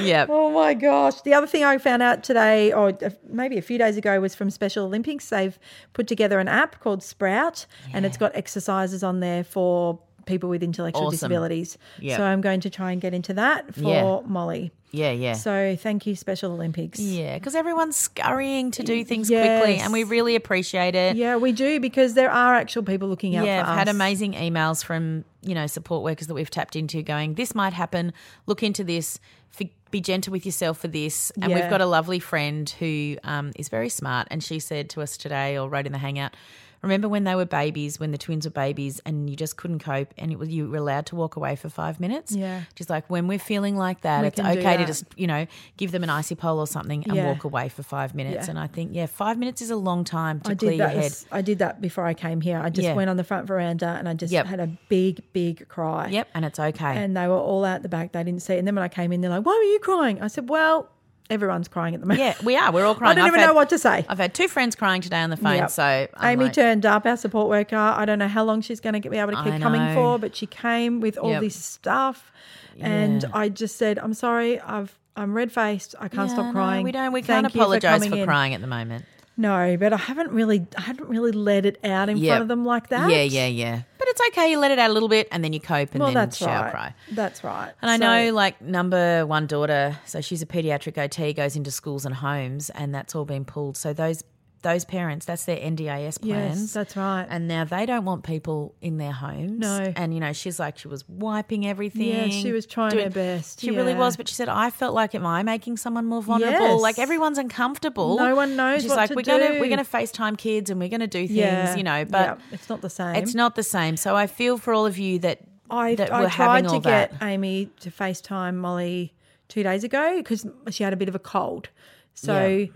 Speaker 2: yeah,
Speaker 1: Oh my gosh. The other thing I found out today, or a- maybe a few days ago, was from Special Olympics. They've put together an app called Sprout, and it's got exercises on there for people with intellectual
Speaker 2: Awesome.
Speaker 1: disabilities.
Speaker 2: Yeah.
Speaker 1: So I'm going to try and get into that for
Speaker 2: Yeah.
Speaker 1: Molly.
Speaker 2: yeah, yeah.
Speaker 1: So thank you, Special Olympics.
Speaker 2: yeah, because everyone's scurrying to do things quickly,
Speaker 1: Yes.
Speaker 2: and we really appreciate it.
Speaker 1: Yeah, we do because there are actual people looking out
Speaker 2: Yeah,
Speaker 1: for
Speaker 2: I've had
Speaker 1: us.
Speaker 2: amazing emails from you know support workers that we've tapped into, going, "This might happen. Look into this. F- Be gentle with yourself for this." And we've
Speaker 1: Yeah.
Speaker 2: got a lovely friend who um, is very smart, and she said to us today, or wrote in the hangout. Remember when they were babies, when the twins were babies, and you just couldn't cope, and it was you were allowed to walk away for five minutes.
Speaker 1: Yeah.
Speaker 2: just like when we're feeling like that, it's
Speaker 1: can do
Speaker 2: okay to
Speaker 1: that.
Speaker 2: just you know give them an icy pole or something and
Speaker 1: Yeah.
Speaker 2: walk away for five minutes.
Speaker 1: Yeah.
Speaker 2: And I think yeah, five minutes is a long time to
Speaker 1: I
Speaker 2: clear
Speaker 1: did
Speaker 2: your
Speaker 1: that.
Speaker 2: head.
Speaker 1: this- I did that before I came here. I just
Speaker 2: Yeah.
Speaker 1: went on the front veranda and I just
Speaker 2: Yep.
Speaker 1: had a big, big cry.
Speaker 2: Yep, and it's okay.
Speaker 1: and they were all out the back. They didn't see. it. And then when I came in, they're like, "Why were you crying?" I said, "Well, everyone's crying at the moment."
Speaker 2: Yeah, we are. We're all crying.
Speaker 1: I don't
Speaker 2: I've
Speaker 1: even
Speaker 2: had-
Speaker 1: know what to say.
Speaker 2: I've had two friends crying today on the phone.
Speaker 1: Yep.
Speaker 2: So i
Speaker 1: Amy turned up, our support worker. I don't know how long she's going to be able to
Speaker 2: I
Speaker 1: keep coming
Speaker 2: know.
Speaker 1: for, but she came with all
Speaker 2: Yep.
Speaker 1: this stuff, and I just said, "I'm sorry, I've." I'm red faced. I can't stop crying.
Speaker 2: we don't. We can't
Speaker 1: Thank you for
Speaker 2: apologise
Speaker 1: coming
Speaker 2: for,
Speaker 1: in."
Speaker 2: crying at the moment.
Speaker 1: No, but I haven't really, I hadn't really let it out in
Speaker 2: Yep.
Speaker 1: front of them like that.
Speaker 2: Yeah, yeah, yeah. But it's okay. You let it out a little bit, and then you cope, and
Speaker 1: Well,
Speaker 2: then
Speaker 1: that's
Speaker 2: shower
Speaker 1: right.
Speaker 2: cry.
Speaker 1: That's right.
Speaker 2: And I
Speaker 1: So-
Speaker 2: know, like, number one daughter, so she's a pediatric OT, goes into schools and homes, and that's all been pulled. So those those parents, that's their NDIS plans.
Speaker 1: Yes, that's right.
Speaker 2: And now they don't want people in their homes.
Speaker 1: No.
Speaker 2: And, you know, she's like, she was wiping everything.
Speaker 1: she was trying her best,
Speaker 2: She really
Speaker 1: yeah.
Speaker 2: was. But she said, I felt like, am I making someone more vulnerable?
Speaker 1: Yes.
Speaker 2: Like, everyone's uncomfortable.
Speaker 1: No one knows
Speaker 2: She's
Speaker 1: what
Speaker 2: like,
Speaker 1: to
Speaker 2: we're gonna
Speaker 1: do."
Speaker 2: we're gonna FaceTime kids and we're gonna do things, you know. But
Speaker 1: Yep, it's not the same.
Speaker 2: it's not the same. So I feel for all of you that
Speaker 1: I,
Speaker 2: that
Speaker 1: I
Speaker 2: were having
Speaker 1: tried
Speaker 2: all
Speaker 1: to
Speaker 2: that.
Speaker 1: get Amy to FaceTime Molly two days ago because she had a bit of a cold. So,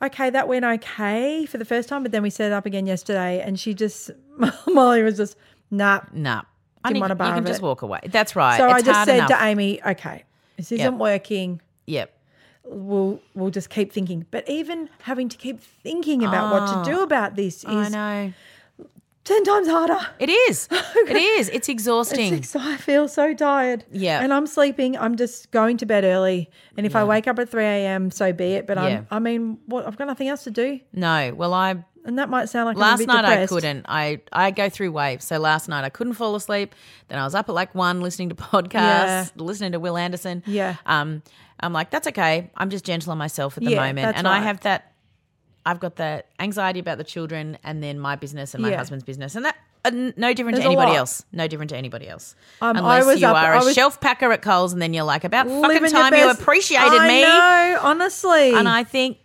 Speaker 1: okay, that went okay for the first time, but then we set it up again yesterday and she just, Molly was just, nah.
Speaker 2: No. I
Speaker 1: Didn't
Speaker 2: mean,
Speaker 1: want a
Speaker 2: you
Speaker 1: bar
Speaker 2: can
Speaker 1: of
Speaker 2: just
Speaker 1: it.
Speaker 2: walk away. That's right.
Speaker 1: So
Speaker 2: it's
Speaker 1: I just
Speaker 2: hard
Speaker 1: said
Speaker 2: enough.
Speaker 1: to Amy, okay, this isn't working.
Speaker 2: Yep.
Speaker 1: We'll, we'll just keep thinking. But even having to keep thinking about what to do about this
Speaker 2: Ah, I
Speaker 1: is
Speaker 2: know.
Speaker 1: 10 times harder.
Speaker 2: It is. it is. It's exhausting.
Speaker 1: It's ex- I feel so tired.
Speaker 2: Yeah.
Speaker 1: And I'm sleeping. I'm just going to bed early. And if I wake up at 3 a.m., so be it. But
Speaker 2: Yeah.
Speaker 1: I'm, I mean, what? I've got nothing else to do.
Speaker 2: no. Well, I
Speaker 1: And that might sound like I'm a
Speaker 2: last
Speaker 1: bit
Speaker 2: night I
Speaker 1: depressed.
Speaker 2: couldn't. I I go through waves. So last night I couldn't fall asleep. Then I was up at like one listening to podcasts,
Speaker 1: Yeah.
Speaker 2: listening to Will Anderson.
Speaker 1: Yeah.
Speaker 2: Um, I'm like, that's okay. I'm just gentle on myself at the
Speaker 1: Yeah,
Speaker 2: moment,
Speaker 1: that's
Speaker 2: and I
Speaker 1: right.
Speaker 2: have that. I've got that anxiety about the children, and then my business and my
Speaker 1: Yeah.
Speaker 2: husband's business, and that. uh, No different
Speaker 1: There's a
Speaker 2: to anybody
Speaker 1: lot.
Speaker 2: else. No different to anybody else.
Speaker 1: Um, I
Speaker 2: Unless
Speaker 1: was
Speaker 2: you
Speaker 1: up-
Speaker 2: are
Speaker 1: I
Speaker 2: a
Speaker 1: was-
Speaker 2: shelf packer at Coles, and then you're like, about fucking
Speaker 1: Living your
Speaker 2: time you
Speaker 1: best-
Speaker 2: appreciated
Speaker 1: I
Speaker 2: me.
Speaker 1: know, honestly.
Speaker 2: And I think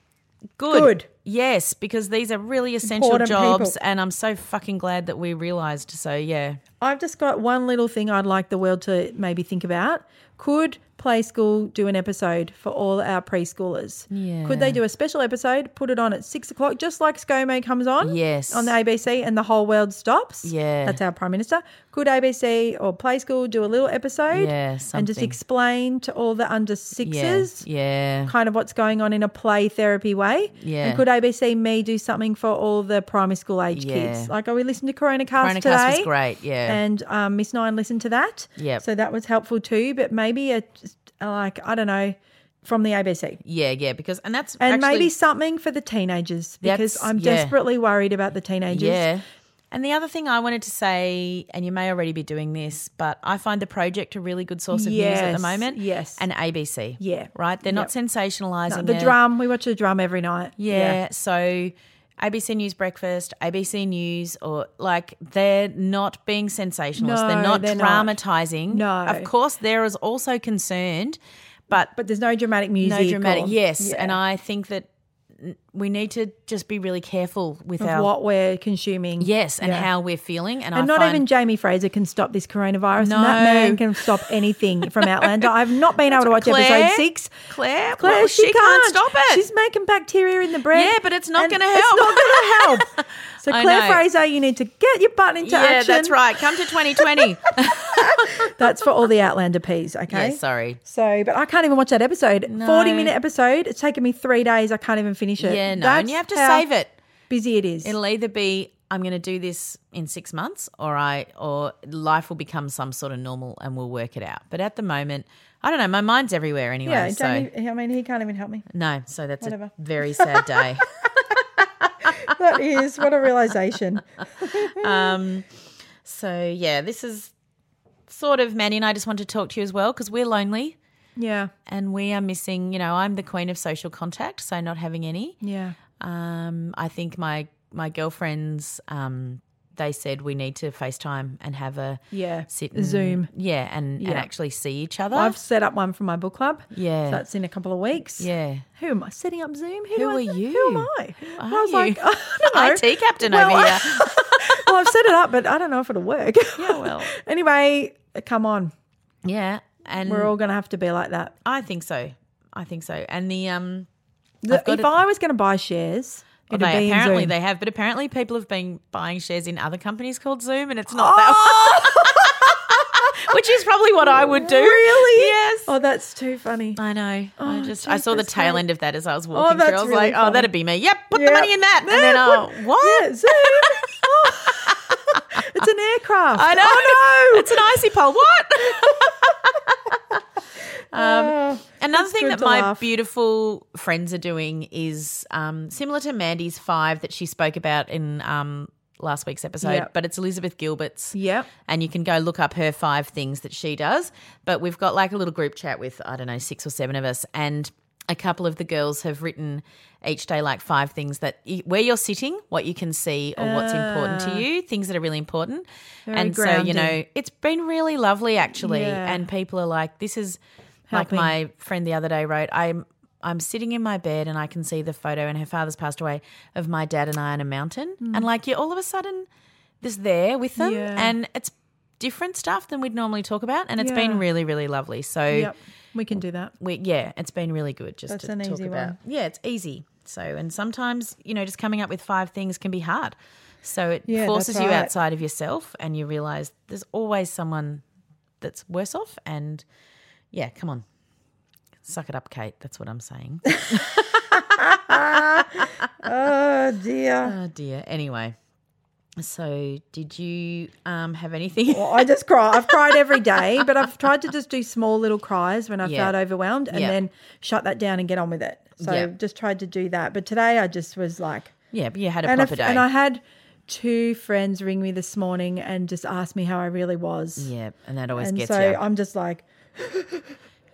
Speaker 2: good.
Speaker 1: E. Good.
Speaker 2: Yes, because these are really essential
Speaker 1: Important
Speaker 2: jobs
Speaker 1: people.
Speaker 2: and I'm so fucking glad that we realized so yeah.
Speaker 1: I've just got one little thing I'd like the world to maybe think about. Could Play School do an episode for all our preschoolers?
Speaker 2: Yeah.
Speaker 1: Could they do a special episode, put it on at six o'clock, just like ScoMo comes on?
Speaker 2: Yes.
Speaker 1: On the ABC and the whole world stops?
Speaker 2: Yeah.
Speaker 1: That's our Prime Minister. Could ABC or Play School do a little episode?
Speaker 2: Yeah,
Speaker 1: And just
Speaker 2: something.
Speaker 1: explain to all the under sixes?
Speaker 2: Yeah.
Speaker 1: Kind of what's going on in a play therapy way.
Speaker 2: Yeah.
Speaker 1: And could ABC Me do something for all the primary school age
Speaker 2: Yeah.
Speaker 1: kids? Like, oh, we listened to Corona Cast
Speaker 2: Corona
Speaker 1: today.
Speaker 2: Cast was great, yeah.
Speaker 1: And um, Miss Nine listened to that.
Speaker 2: Yep.
Speaker 1: So that was helpful too. But maybe a, a like I don't know from the ABC.
Speaker 2: yeah, yeah, because and that's
Speaker 1: And
Speaker 2: actually-
Speaker 1: maybe something for the teenagers because
Speaker 2: That's-
Speaker 1: I'm
Speaker 2: yeah.
Speaker 1: desperately worried about the teenagers.
Speaker 2: Yeah. And the other thing I wanted to say, and you may already be doing this, but I find the project a really good source of news at
Speaker 1: Yes,
Speaker 2: the moment.
Speaker 1: yes.
Speaker 2: And ABC.
Speaker 1: Yeah.
Speaker 2: Right? They're not
Speaker 1: Yep. No,
Speaker 2: sensationalizing
Speaker 1: the drum. We watch the drum every night.
Speaker 2: Yeah. So ABC News Breakfast, ABC News, or like they're not being sensationalist.
Speaker 1: No,
Speaker 2: they're not
Speaker 1: they're not.
Speaker 2: dramatizing.
Speaker 1: No.
Speaker 2: Of course, there is also concerned, but,
Speaker 1: But there's no dramatic music.
Speaker 2: no dramatic.
Speaker 1: or-
Speaker 2: Yes.
Speaker 1: Yeah.
Speaker 2: And I think that n- we need to just be really careful with
Speaker 1: of
Speaker 2: our.
Speaker 1: what we're consuming.
Speaker 2: Yes, and
Speaker 1: Yeah.
Speaker 2: how we're feeling, and,
Speaker 1: And
Speaker 2: I
Speaker 1: not
Speaker 2: find,
Speaker 1: even Jamie Fraser can stop this coronavirus. And that man
Speaker 2: No.
Speaker 1: can stop anything from Outlander. I've not been able to watch
Speaker 2: Claire?
Speaker 1: episode six.
Speaker 2: Claire,
Speaker 1: Claire,
Speaker 2: well,
Speaker 1: she,
Speaker 2: she can't stop it.
Speaker 1: She's making bacteria in the bread.
Speaker 2: Yeah, but it's not
Speaker 1: and
Speaker 2: gonna
Speaker 1: It's
Speaker 2: help.
Speaker 1: not going to help. So
Speaker 2: I
Speaker 1: Claire
Speaker 2: know.
Speaker 1: Fraser, you need to get your butt into
Speaker 2: yeah,
Speaker 1: action.
Speaker 2: that's right. Come to 2020.
Speaker 1: That's for all the Outlander peas. Okay.
Speaker 2: yeah, sorry.
Speaker 1: So, but I can't even watch that episode. Forty-minute episode. It's taken me three days. I can't even finish it.
Speaker 2: Yeah, no,
Speaker 1: That's
Speaker 2: and you have to
Speaker 1: how
Speaker 2: save it.
Speaker 1: Busy it is.
Speaker 2: It'll either be I'm going to do this in six months, or I or life will become some sort of normal and we'll work it out. But at the moment, I don't know. My mind's everywhere anyway.
Speaker 1: yeah,
Speaker 2: so
Speaker 1: Jamie. I mean, he can't even help me.
Speaker 2: no, so that's
Speaker 1: Whatever.
Speaker 2: a very sad day.
Speaker 1: That is what a realization.
Speaker 2: so yeah, this is sort of Manny and I just want to talk to you as well because we're lonely
Speaker 1: Yeah.
Speaker 2: and we are missing. You know, I'm the queen of social contact, so not having any.
Speaker 1: Yeah.
Speaker 2: Um, I think my my girlfriends. Um, they said we need to FaceTime and have a
Speaker 1: Yeah.
Speaker 2: sit and,
Speaker 1: Zoom.
Speaker 2: yeah, and,
Speaker 1: Yeah.
Speaker 2: and actually see each other.
Speaker 1: I've set up one for my book club.
Speaker 2: Yeah.
Speaker 1: So that's in a couple of weeks.
Speaker 2: yeah.
Speaker 1: Who am I setting up Zoom? Who,
Speaker 2: Who
Speaker 1: do I
Speaker 2: are
Speaker 1: th-
Speaker 2: you?
Speaker 1: Who am I?
Speaker 2: Who
Speaker 1: I
Speaker 2: are
Speaker 1: was like,
Speaker 2: you?
Speaker 1: I don't know.
Speaker 2: IT captain
Speaker 1: Well,
Speaker 2: over here.
Speaker 1: well, I've set it up, but I don't know if it'll work.
Speaker 2: Yeah, well.
Speaker 1: anyway, come on.
Speaker 2: Yeah, and
Speaker 1: We're all going to have to be like that.
Speaker 2: I think so. I think so. And the um,
Speaker 1: The-
Speaker 2: got
Speaker 1: if
Speaker 2: it-
Speaker 1: I was going to buy shares,
Speaker 2: well,
Speaker 1: it'd be
Speaker 2: they
Speaker 1: in
Speaker 2: apparently
Speaker 1: Zoom.
Speaker 2: they have, but apparently people have been buying shares in other companies called Zoom, and it's not that one. Which is probably what I would do.
Speaker 1: Oh! Really?
Speaker 2: Yes.
Speaker 1: Oh, that's too funny.
Speaker 2: I know. I
Speaker 1: Oh,
Speaker 2: just I saw the
Speaker 1: Jesus,
Speaker 2: tail
Speaker 1: mate.
Speaker 2: end of that as I was walking through.
Speaker 1: that's
Speaker 2: I was
Speaker 1: really
Speaker 2: like, oh,
Speaker 1: funny.
Speaker 2: that'd be me. Yep, put
Speaker 1: Yeah.
Speaker 2: the money in that.
Speaker 1: Yeah,
Speaker 2: and then oh,
Speaker 1: put-
Speaker 2: what?
Speaker 1: Yeah, Zoom. Oh. it's an aircraft.
Speaker 2: I know.
Speaker 1: Oh, no.
Speaker 2: It's an um, icy pole. What?
Speaker 1: Uh,
Speaker 2: um, another thing
Speaker 1: good
Speaker 2: that
Speaker 1: to
Speaker 2: my
Speaker 1: laugh.
Speaker 2: beautiful friends are doing is um, similar to Mandy's five that she spoke about in um, last week's episode,
Speaker 1: Yep.
Speaker 2: but it's Elizabeth Gilbert's.
Speaker 1: Yep.
Speaker 2: And you can go look up her five things that she does. But we've got like a little group chat with, I don't know, six or seven of us. And a couple of the girls have written each day like five things that y- where you're sitting, what you can see, or what's important to you, things that are really important. and so, you know,
Speaker 1: Ah. grounding.
Speaker 2: it's been really lovely actually.
Speaker 1: Yeah.
Speaker 2: And people are like, this is
Speaker 1: Helping.
Speaker 2: like my friend the other day wrote, I'm I'm sitting in my bed and I can see the photo and her father's passed away of my dad and I on a mountain. And like you're all of a sudden this there with them
Speaker 1: Hmm. Yeah.
Speaker 2: and it's different stuff than we'd normally talk about and it's
Speaker 1: Yeah.
Speaker 2: been really really lovely so
Speaker 1: Yep. We can do that.
Speaker 2: we yeah it's been really good just
Speaker 1: That's
Speaker 2: to
Speaker 1: an
Speaker 2: talk
Speaker 1: easy
Speaker 2: about
Speaker 1: one.
Speaker 2: yeah it's easy so and sometimes you know just coming up with five things can be hard so it
Speaker 1: Yeah, that's
Speaker 2: forces you
Speaker 1: right.
Speaker 2: outside of yourself and you realize there's always someone that's worse off and yeah come on suck it up kate that's what i'm saying
Speaker 1: Oh, dear.
Speaker 2: oh dear anyway so did you um have anything
Speaker 1: Well, I just cry. I've cried every day, but I've tried to just do small little cries when I
Speaker 2: Yeah.
Speaker 1: felt overwhelmed and
Speaker 2: Yeah.
Speaker 1: then shut that down and get on with it. So
Speaker 2: Yeah.
Speaker 1: just tried to do that. But today I just was like,
Speaker 2: Yeah, but you had a
Speaker 1: and,
Speaker 2: proper
Speaker 1: if-
Speaker 2: day.
Speaker 1: and I had two friends ring me this morning and just ask me how I really was.
Speaker 2: yeah, and that always
Speaker 1: and
Speaker 2: gets
Speaker 1: so
Speaker 2: you.
Speaker 1: I'm just like,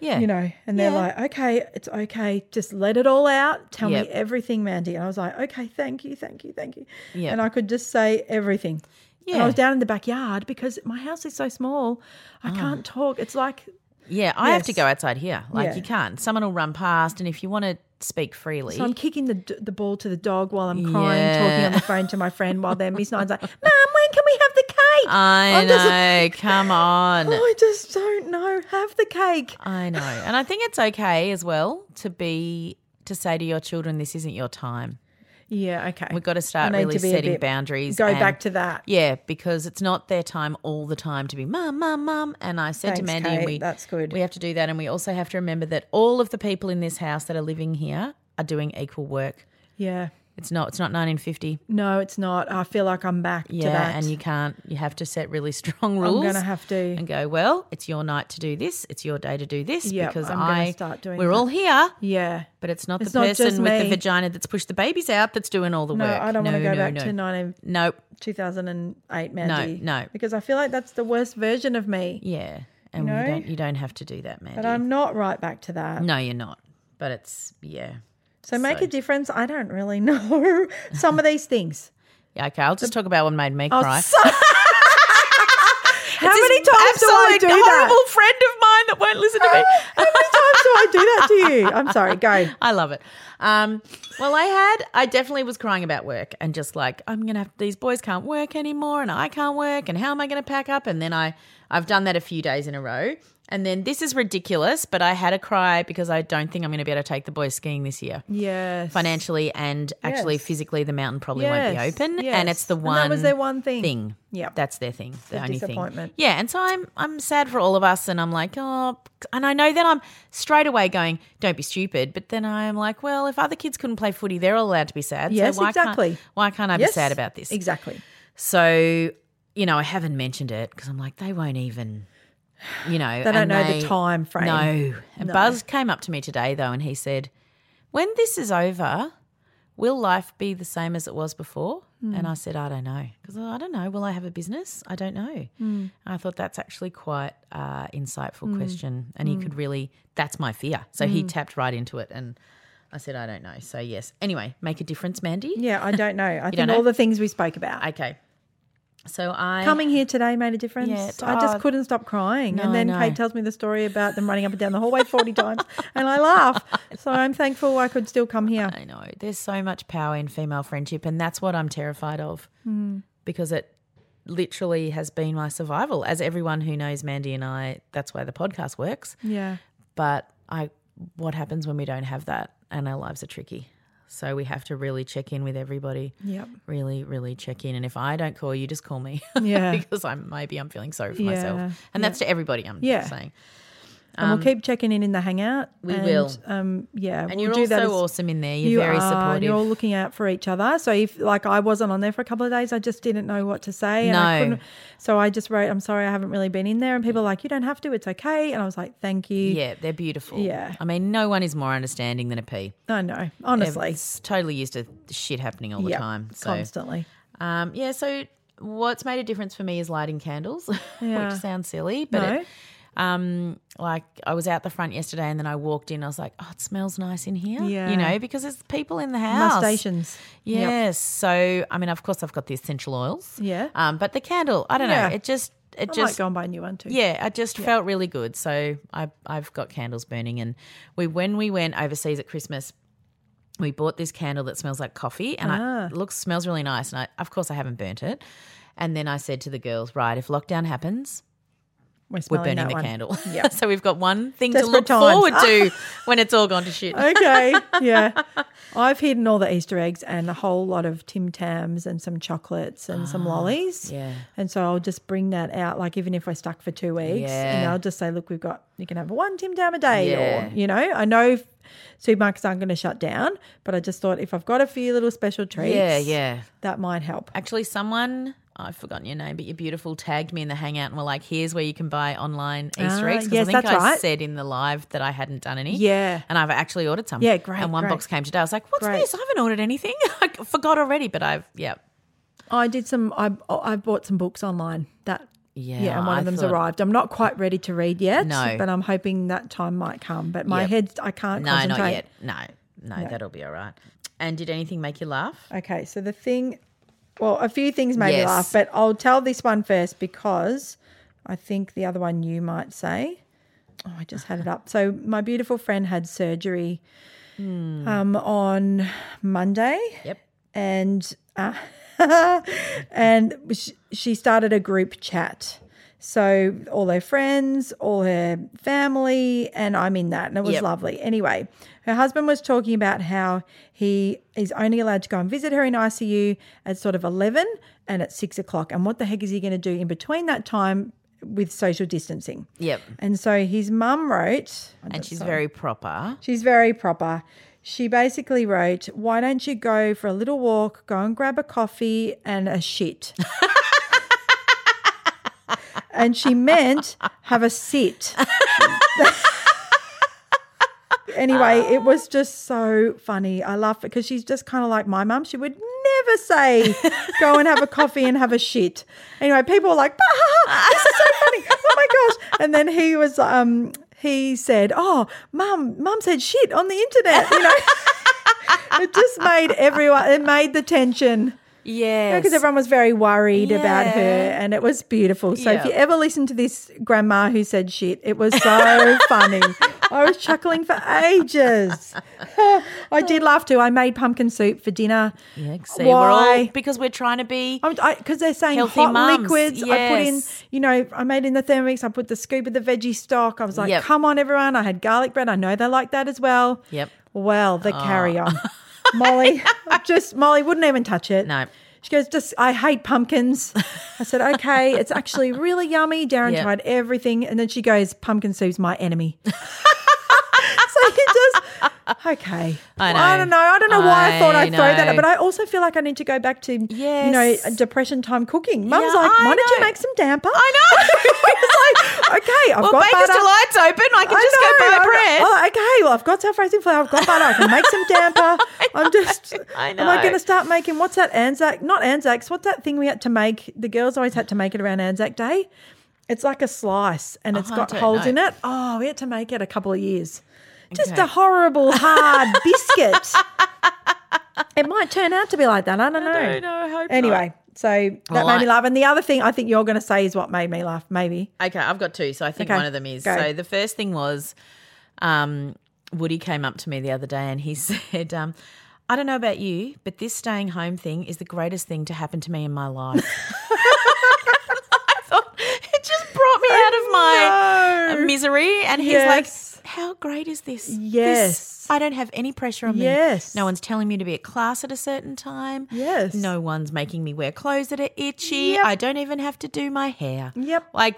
Speaker 2: yeah,
Speaker 1: you know, and they're
Speaker 2: Yeah.
Speaker 1: like, okay, it's okay. Just let it all out. Tell
Speaker 2: Yep.
Speaker 1: me everything, Mandy. And I was like, okay, thank you, thank you, thank you.
Speaker 2: Yep.
Speaker 1: And I could just say everything. And
Speaker 2: Yeah. Ah.
Speaker 1: I was down in the backyard because my house is so small. I can't talk. It's like,
Speaker 2: Yeah, I have to
Speaker 1: Yes.
Speaker 2: go outside here. Like
Speaker 1: Yeah.
Speaker 2: you can't. Someone will run past, and if you want to speak freely,
Speaker 1: so I'm kicking the, d- the ball to the dog while I'm crying, talking on
Speaker 2: Yeah.
Speaker 1: the phone to my friend while they're Miss Nine's like, Mum, when can we have the cake?
Speaker 2: I
Speaker 1: I'm just
Speaker 2: know.
Speaker 1: like,
Speaker 2: come on.
Speaker 1: Oh, I just don't know. Have the cake.
Speaker 2: I know, and I think it's okay as well to be to say to your children, "This isn't your time."
Speaker 1: Yeah, okay.
Speaker 2: We've got to start
Speaker 1: I need
Speaker 2: really
Speaker 1: be a
Speaker 2: setting
Speaker 1: bit-
Speaker 2: boundaries.
Speaker 1: Go
Speaker 2: and-
Speaker 1: back to that.
Speaker 2: Yeah, because it's not their time all the time to be mum, mum, mum. And I said to
Speaker 1: Thanks,
Speaker 2: Mandy, and
Speaker 1: Kate.
Speaker 2: we
Speaker 1: That's good.
Speaker 2: We have to do that, and we also have to remember that all of the people in this house that are living here are doing equal work.
Speaker 1: Yeah.
Speaker 2: It's not. It's not 1950.
Speaker 1: No, it's not. I feel like I'm back to
Speaker 2: Yeah,
Speaker 1: that.
Speaker 2: and you can't. You have to set really strong
Speaker 1: I'm
Speaker 2: rules.
Speaker 1: going to have to.
Speaker 2: and go. Well, it's your night to do this. It's your day to do this
Speaker 1: Yep,
Speaker 2: because
Speaker 1: I'm gonna
Speaker 2: I.
Speaker 1: start doing
Speaker 2: we're
Speaker 1: that.
Speaker 2: all here,
Speaker 1: Yeah.
Speaker 2: but it's not
Speaker 1: It's
Speaker 2: the
Speaker 1: not just
Speaker 2: person with the
Speaker 1: me.
Speaker 2: vagina that's pushed the babies out that's doing all the
Speaker 1: No,
Speaker 2: work.
Speaker 1: I don't want to go
Speaker 2: no,
Speaker 1: back
Speaker 2: no.
Speaker 1: to 19,
Speaker 2: Nope.
Speaker 1: 2008, Mandy.
Speaker 2: no.
Speaker 1: Because I feel like that's the worst version of me.
Speaker 2: Yeah, and
Speaker 1: know?
Speaker 2: you don't. You don't have to do that, man.
Speaker 1: But I'm not right back to that.
Speaker 2: No, you're not. But it's yeah.
Speaker 1: so make a difference. I don't really know some of these things.
Speaker 2: Yeah, okay. I'll just talk about what made me
Speaker 1: Oh,
Speaker 2: cry.
Speaker 1: so- How many times
Speaker 2: This
Speaker 1: do I
Speaker 2: absolute
Speaker 1: do
Speaker 2: horrible
Speaker 1: that?
Speaker 2: friend of mine that won't listen to me.
Speaker 1: How many times do I do that to you? I'm sorry. Go.
Speaker 2: I love it. Um, well, I had, I definitely was crying about work and just like, I'm going to have, these boys can't work anymore and I can't work and how am I going to pack up? And then I, I've done that a few days in a row. And then this is ridiculous, but I had a cry because I don't think I'm going to be able to take the boys skiing this year.
Speaker 1: Yes.
Speaker 2: Financially and actually
Speaker 1: Yes.
Speaker 2: physically, the mountain probably
Speaker 1: Yes,
Speaker 2: won't be open.
Speaker 1: yes.
Speaker 2: And it's the
Speaker 1: And
Speaker 2: one.
Speaker 1: that was their one thing.
Speaker 2: Thing.
Speaker 1: Yep.
Speaker 2: That's their thing. The, only
Speaker 1: disappointment.
Speaker 2: thing. Yeah. And so I'm I'm sad for all of us, and I'm like, oh, and I know that I'm straight away going, don't be stupid. But then I'm like, well, if other kids couldn't play footy, they're all allowed to be sad.
Speaker 1: Yes,
Speaker 2: so why
Speaker 1: exactly.
Speaker 2: Can't, why can't I be sad about this?
Speaker 1: Exactly.
Speaker 2: So you know, I haven't mentioned it because I'm like, they won't even. You know,
Speaker 1: They don't
Speaker 2: and
Speaker 1: know the time frame.
Speaker 2: No. And Buzz came up to me today though, and he said, "When this is over." will life be the same as it was before?
Speaker 1: Hmm.
Speaker 2: And I said, I don't know. Because I don't know. Will I have a business? I don't know.
Speaker 1: Hmm.
Speaker 2: I thought that's actually quite uh, insightful question. And
Speaker 1: Hmm.
Speaker 2: he could really, that's my fear. So he tapped right into it. And I said, I don't know. So, yes. Anyway, make a difference, Mandy.
Speaker 1: Yeah, I don't know. I
Speaker 2: don't
Speaker 1: think
Speaker 2: know?
Speaker 1: all the things we spoke about.
Speaker 2: Okay. So I.
Speaker 1: Coming here today made a difference.
Speaker 2: Yeah, it-
Speaker 1: I just
Speaker 2: oh.
Speaker 1: couldn't stop crying.
Speaker 2: No,
Speaker 1: and then
Speaker 2: no.
Speaker 1: Kate tells me the story about them running up and down the hallway 40 times, and I laugh. So I'm thankful I could still come here.
Speaker 2: I know. There's so much power in female friendship, and that's what I'm terrified of
Speaker 1: Hmm.
Speaker 2: because it literally has been my survival. As everyone who knows Mandy and I, that's why the podcast works.
Speaker 1: Yeah.
Speaker 2: But I, what happens when we don't have that, and our lives are tricky. So we have to really check in with everybody.
Speaker 1: Yep.
Speaker 2: Really, really check in. And if I don't call you, just call me.
Speaker 1: Yeah.
Speaker 2: because I'm maybe I'm feeling sorry for myself,
Speaker 1: Yeah,
Speaker 2: and that's to everybody. I'm
Speaker 1: Yeah.
Speaker 2: saying.
Speaker 1: And we'll keep checking in in the hangout.
Speaker 2: Um, we
Speaker 1: and,
Speaker 2: will.
Speaker 1: Um, yeah.
Speaker 2: And
Speaker 1: we'll
Speaker 2: you're
Speaker 1: do that
Speaker 2: also
Speaker 1: as-
Speaker 2: awesome in there. You're
Speaker 1: you
Speaker 2: very
Speaker 1: are,
Speaker 2: supportive.
Speaker 1: and You're all looking out for each other. So if like I wasn't on there for a couple of days, I just didn't know what to say. And I
Speaker 2: No.
Speaker 1: couldn't, so I just wrote, I'm sorry, I haven't really been in there. And people are like, you don't have to. It's okay. And I was like, thank you.
Speaker 2: Yeah, they're beautiful.
Speaker 1: Yeah.
Speaker 2: I mean, no one is more understanding than a pea.
Speaker 1: I know. Honestly.
Speaker 2: It's totally used to shit happening all the
Speaker 1: Yeah,
Speaker 2: time. So,
Speaker 1: Constantly.
Speaker 2: um, yeah, so what's made a difference for me is lighting candles,
Speaker 1: Yeah.
Speaker 2: which sounds silly, but
Speaker 1: No.
Speaker 2: it- um, like I was out the front yesterday and then I walked in, I was like, oh, it smells nice in here.
Speaker 1: Yeah.
Speaker 2: You know, because there's people in the
Speaker 1: My
Speaker 2: house.
Speaker 1: stations.
Speaker 2: Yes.
Speaker 1: Yep.
Speaker 2: So, I mean, of course, I've got the essential oils.
Speaker 1: Yeah.
Speaker 2: Um, but the candle, I don't
Speaker 1: Yeah.
Speaker 2: know. It just, it
Speaker 1: I might
Speaker 2: just
Speaker 1: go and buy a new one too.
Speaker 2: yeah, I just felt really good. So I I've got candles burning, and we when we went overseas at Christmas, we bought this candle that smells like coffee, and
Speaker 1: Ah.
Speaker 2: I, it looks smells really nice. And I of course I haven't burnt it, and then I said to the girls, right, if lockdown happens.
Speaker 1: We're,
Speaker 2: We're
Speaker 1: smelling
Speaker 2: burning
Speaker 1: that
Speaker 2: the
Speaker 1: one.
Speaker 2: candle. so we've got one thing to
Speaker 1: Desperate
Speaker 2: look
Speaker 1: times. Oh,
Speaker 2: forward to when it's all gone to shit.
Speaker 1: okay. Yeah. I've hidden all the Easter eggs and a whole lot of Tim Tams and some chocolates and some lollies.
Speaker 2: Ah, yeah.
Speaker 1: And so I'll just bring that out, like even if we're stuck for two weeks, and
Speaker 2: Yeah.
Speaker 1: I'll just say, look, we've got, you can have one Tim Tam a day.
Speaker 2: Yeah.
Speaker 1: Or, you know, I know f- supermarkets aren't going to shut down, but I just thought if I've got a few little special treats,
Speaker 2: Yeah, yeah.
Speaker 1: that might help.
Speaker 2: Actually, someone oh, I've forgotten your name, but you're beautiful, tagged me in the hangout and were like, here's where you can buy online Easter
Speaker 1: Ah,
Speaker 2: eggs. 'Cause
Speaker 1: yes,
Speaker 2: I think
Speaker 1: that's
Speaker 2: I
Speaker 1: right.
Speaker 2: said in the live that I hadn't done any.
Speaker 1: Yeah.
Speaker 2: And I've actually ordered some.
Speaker 1: Yeah, great,
Speaker 2: And one
Speaker 1: great.
Speaker 2: box came today. I was like, what's
Speaker 1: Great.
Speaker 2: this? I haven't ordered anything. I forgot already, but I've, yeah.
Speaker 1: I did some. I I bought some books online. That
Speaker 2: Yeah,
Speaker 1: yeah, and one
Speaker 2: I
Speaker 1: of them's
Speaker 2: thought-
Speaker 1: arrived. I'm not quite ready to read yet.
Speaker 2: No.
Speaker 1: but I'm hoping that time might come. But my
Speaker 2: Yep.
Speaker 1: head, I can't
Speaker 2: No,
Speaker 1: concentrate.
Speaker 2: not yet. No, no, that'll be all right. And did anything make you laugh?
Speaker 1: Okay, so the thing, well, a few things made me
Speaker 2: Yes.
Speaker 1: laugh, but I'll tell this one first because I think the other one you might say. Oh, I just had it up. So my beautiful friend had surgery um, on Monday.
Speaker 2: Mm. Yep.
Speaker 1: and uh, and she, she started a group chat. So all her friends, all her family, and I'm in that, and it was
Speaker 2: Yep.
Speaker 1: lovely. Anyway, her husband was talking about how he is only allowed to go and visit her in ICU at sort of eleven and at six o'clock, and what the heck is he going to do in between that time with social distancing?
Speaker 2: Yep.
Speaker 1: And so his mum wrote,
Speaker 2: And she's very proper.
Speaker 1: She's very proper. She basically wrote, Why don't you go for a little walk, go and grab a coffee and a shit? and she meant have a sit. anyway, it was just so funny. I love it because she's just kind of like my mum. She would never say, go and have a coffee and have a shit. Anyway, people were like, "Bah, ha, ha, this is so funny. Oh my gosh. And then he was, um, he said, oh, mum, mum said shit on the internet. You know, it just made everyone, it made the tension
Speaker 2: Yes.
Speaker 1: because everyone was very worried about her
Speaker 2: Yeah.
Speaker 1: and it was beautiful. So if
Speaker 2: Yeah.
Speaker 1: you ever listen to this grandma who said shit, it was so funny. I was chuckling for ages. I did laugh too. I made pumpkin soup for dinner.
Speaker 2: Yeah, see, we're all
Speaker 1: Why?
Speaker 2: because we're trying to be.
Speaker 1: Because they're saying
Speaker 2: Healthy
Speaker 1: hot
Speaker 2: mums,
Speaker 1: liquids. I put in,
Speaker 2: yes.
Speaker 1: you know, I made in the Thermomix. I put the scoop of the veggie stock. I was like,
Speaker 2: Yep.
Speaker 1: come on, everyone. I had garlic bread. I know they like that as well.
Speaker 2: Yep. Ah.
Speaker 1: Well, the carry on. Molly, just Molly wouldn't even touch it.
Speaker 2: No.
Speaker 1: She goes, just I hate pumpkins. I said, okay, it's actually really yummy. Darren
Speaker 2: Yeah.
Speaker 1: tried everything, and then she goes, pumpkin soup's my enemy. so you just okay.
Speaker 2: I know.
Speaker 1: I don't know. I don't know why I, thought
Speaker 2: I
Speaker 1: I'd throw that,
Speaker 2: know.
Speaker 1: up, but I also feel like I need to go back to you know
Speaker 2: Yes.
Speaker 1: depression time cooking. Mum's
Speaker 2: Yeah,
Speaker 1: like,
Speaker 2: I
Speaker 1: why don't you
Speaker 2: know.
Speaker 1: make some damper?
Speaker 2: I know.
Speaker 1: it's like okay, I've
Speaker 2: well,
Speaker 1: got
Speaker 2: Baker's
Speaker 1: butter.
Speaker 2: Delight's open. I can just
Speaker 1: know,
Speaker 2: go buy
Speaker 1: I'm-
Speaker 2: bread.
Speaker 1: Oh, okay. Well, I've got self-raising flour. I've got butter. I can make some damper. I'm just.
Speaker 2: I
Speaker 1: Am I
Speaker 2: know.
Speaker 1: going to start making what's that Anzac? Not Anzacs. What's that thing we had to make? The girls always had to make it around Anzac Day. It's like a slice and it's
Speaker 2: Oh, I
Speaker 1: got
Speaker 2: don't
Speaker 1: holes
Speaker 2: know.
Speaker 1: in it. Oh, we had to make it a couple of years. Just
Speaker 2: Okay.
Speaker 1: a horrible hard biscuit. It might turn out to be like that. I don't know.
Speaker 2: don't know. I hope
Speaker 1: anyway, so that
Speaker 2: Well,
Speaker 1: made
Speaker 2: I-
Speaker 1: me laugh. And the other thing I think you're going to say is what made me laugh. Maybe.
Speaker 2: Okay, I've got two. So I think
Speaker 1: Okay,
Speaker 2: one of them is.
Speaker 1: go.
Speaker 2: So the first thing was um, Woody came up to me the other day and he said, um, I don't know about you, but this staying home thing is the greatest thing to happen to me in my life. I thought it just brought me out of my
Speaker 1: No.
Speaker 2: misery. And he's
Speaker 1: Yes.
Speaker 2: like, How great is this? This-
Speaker 1: Yes.
Speaker 2: I don't have any pressure on
Speaker 1: Yes.
Speaker 2: me. No one's telling me to be at class at a certain time.
Speaker 1: Yes.
Speaker 2: No one's making me wear clothes that are itchy. I don't even have to do my hair.
Speaker 1: Yep.
Speaker 2: Like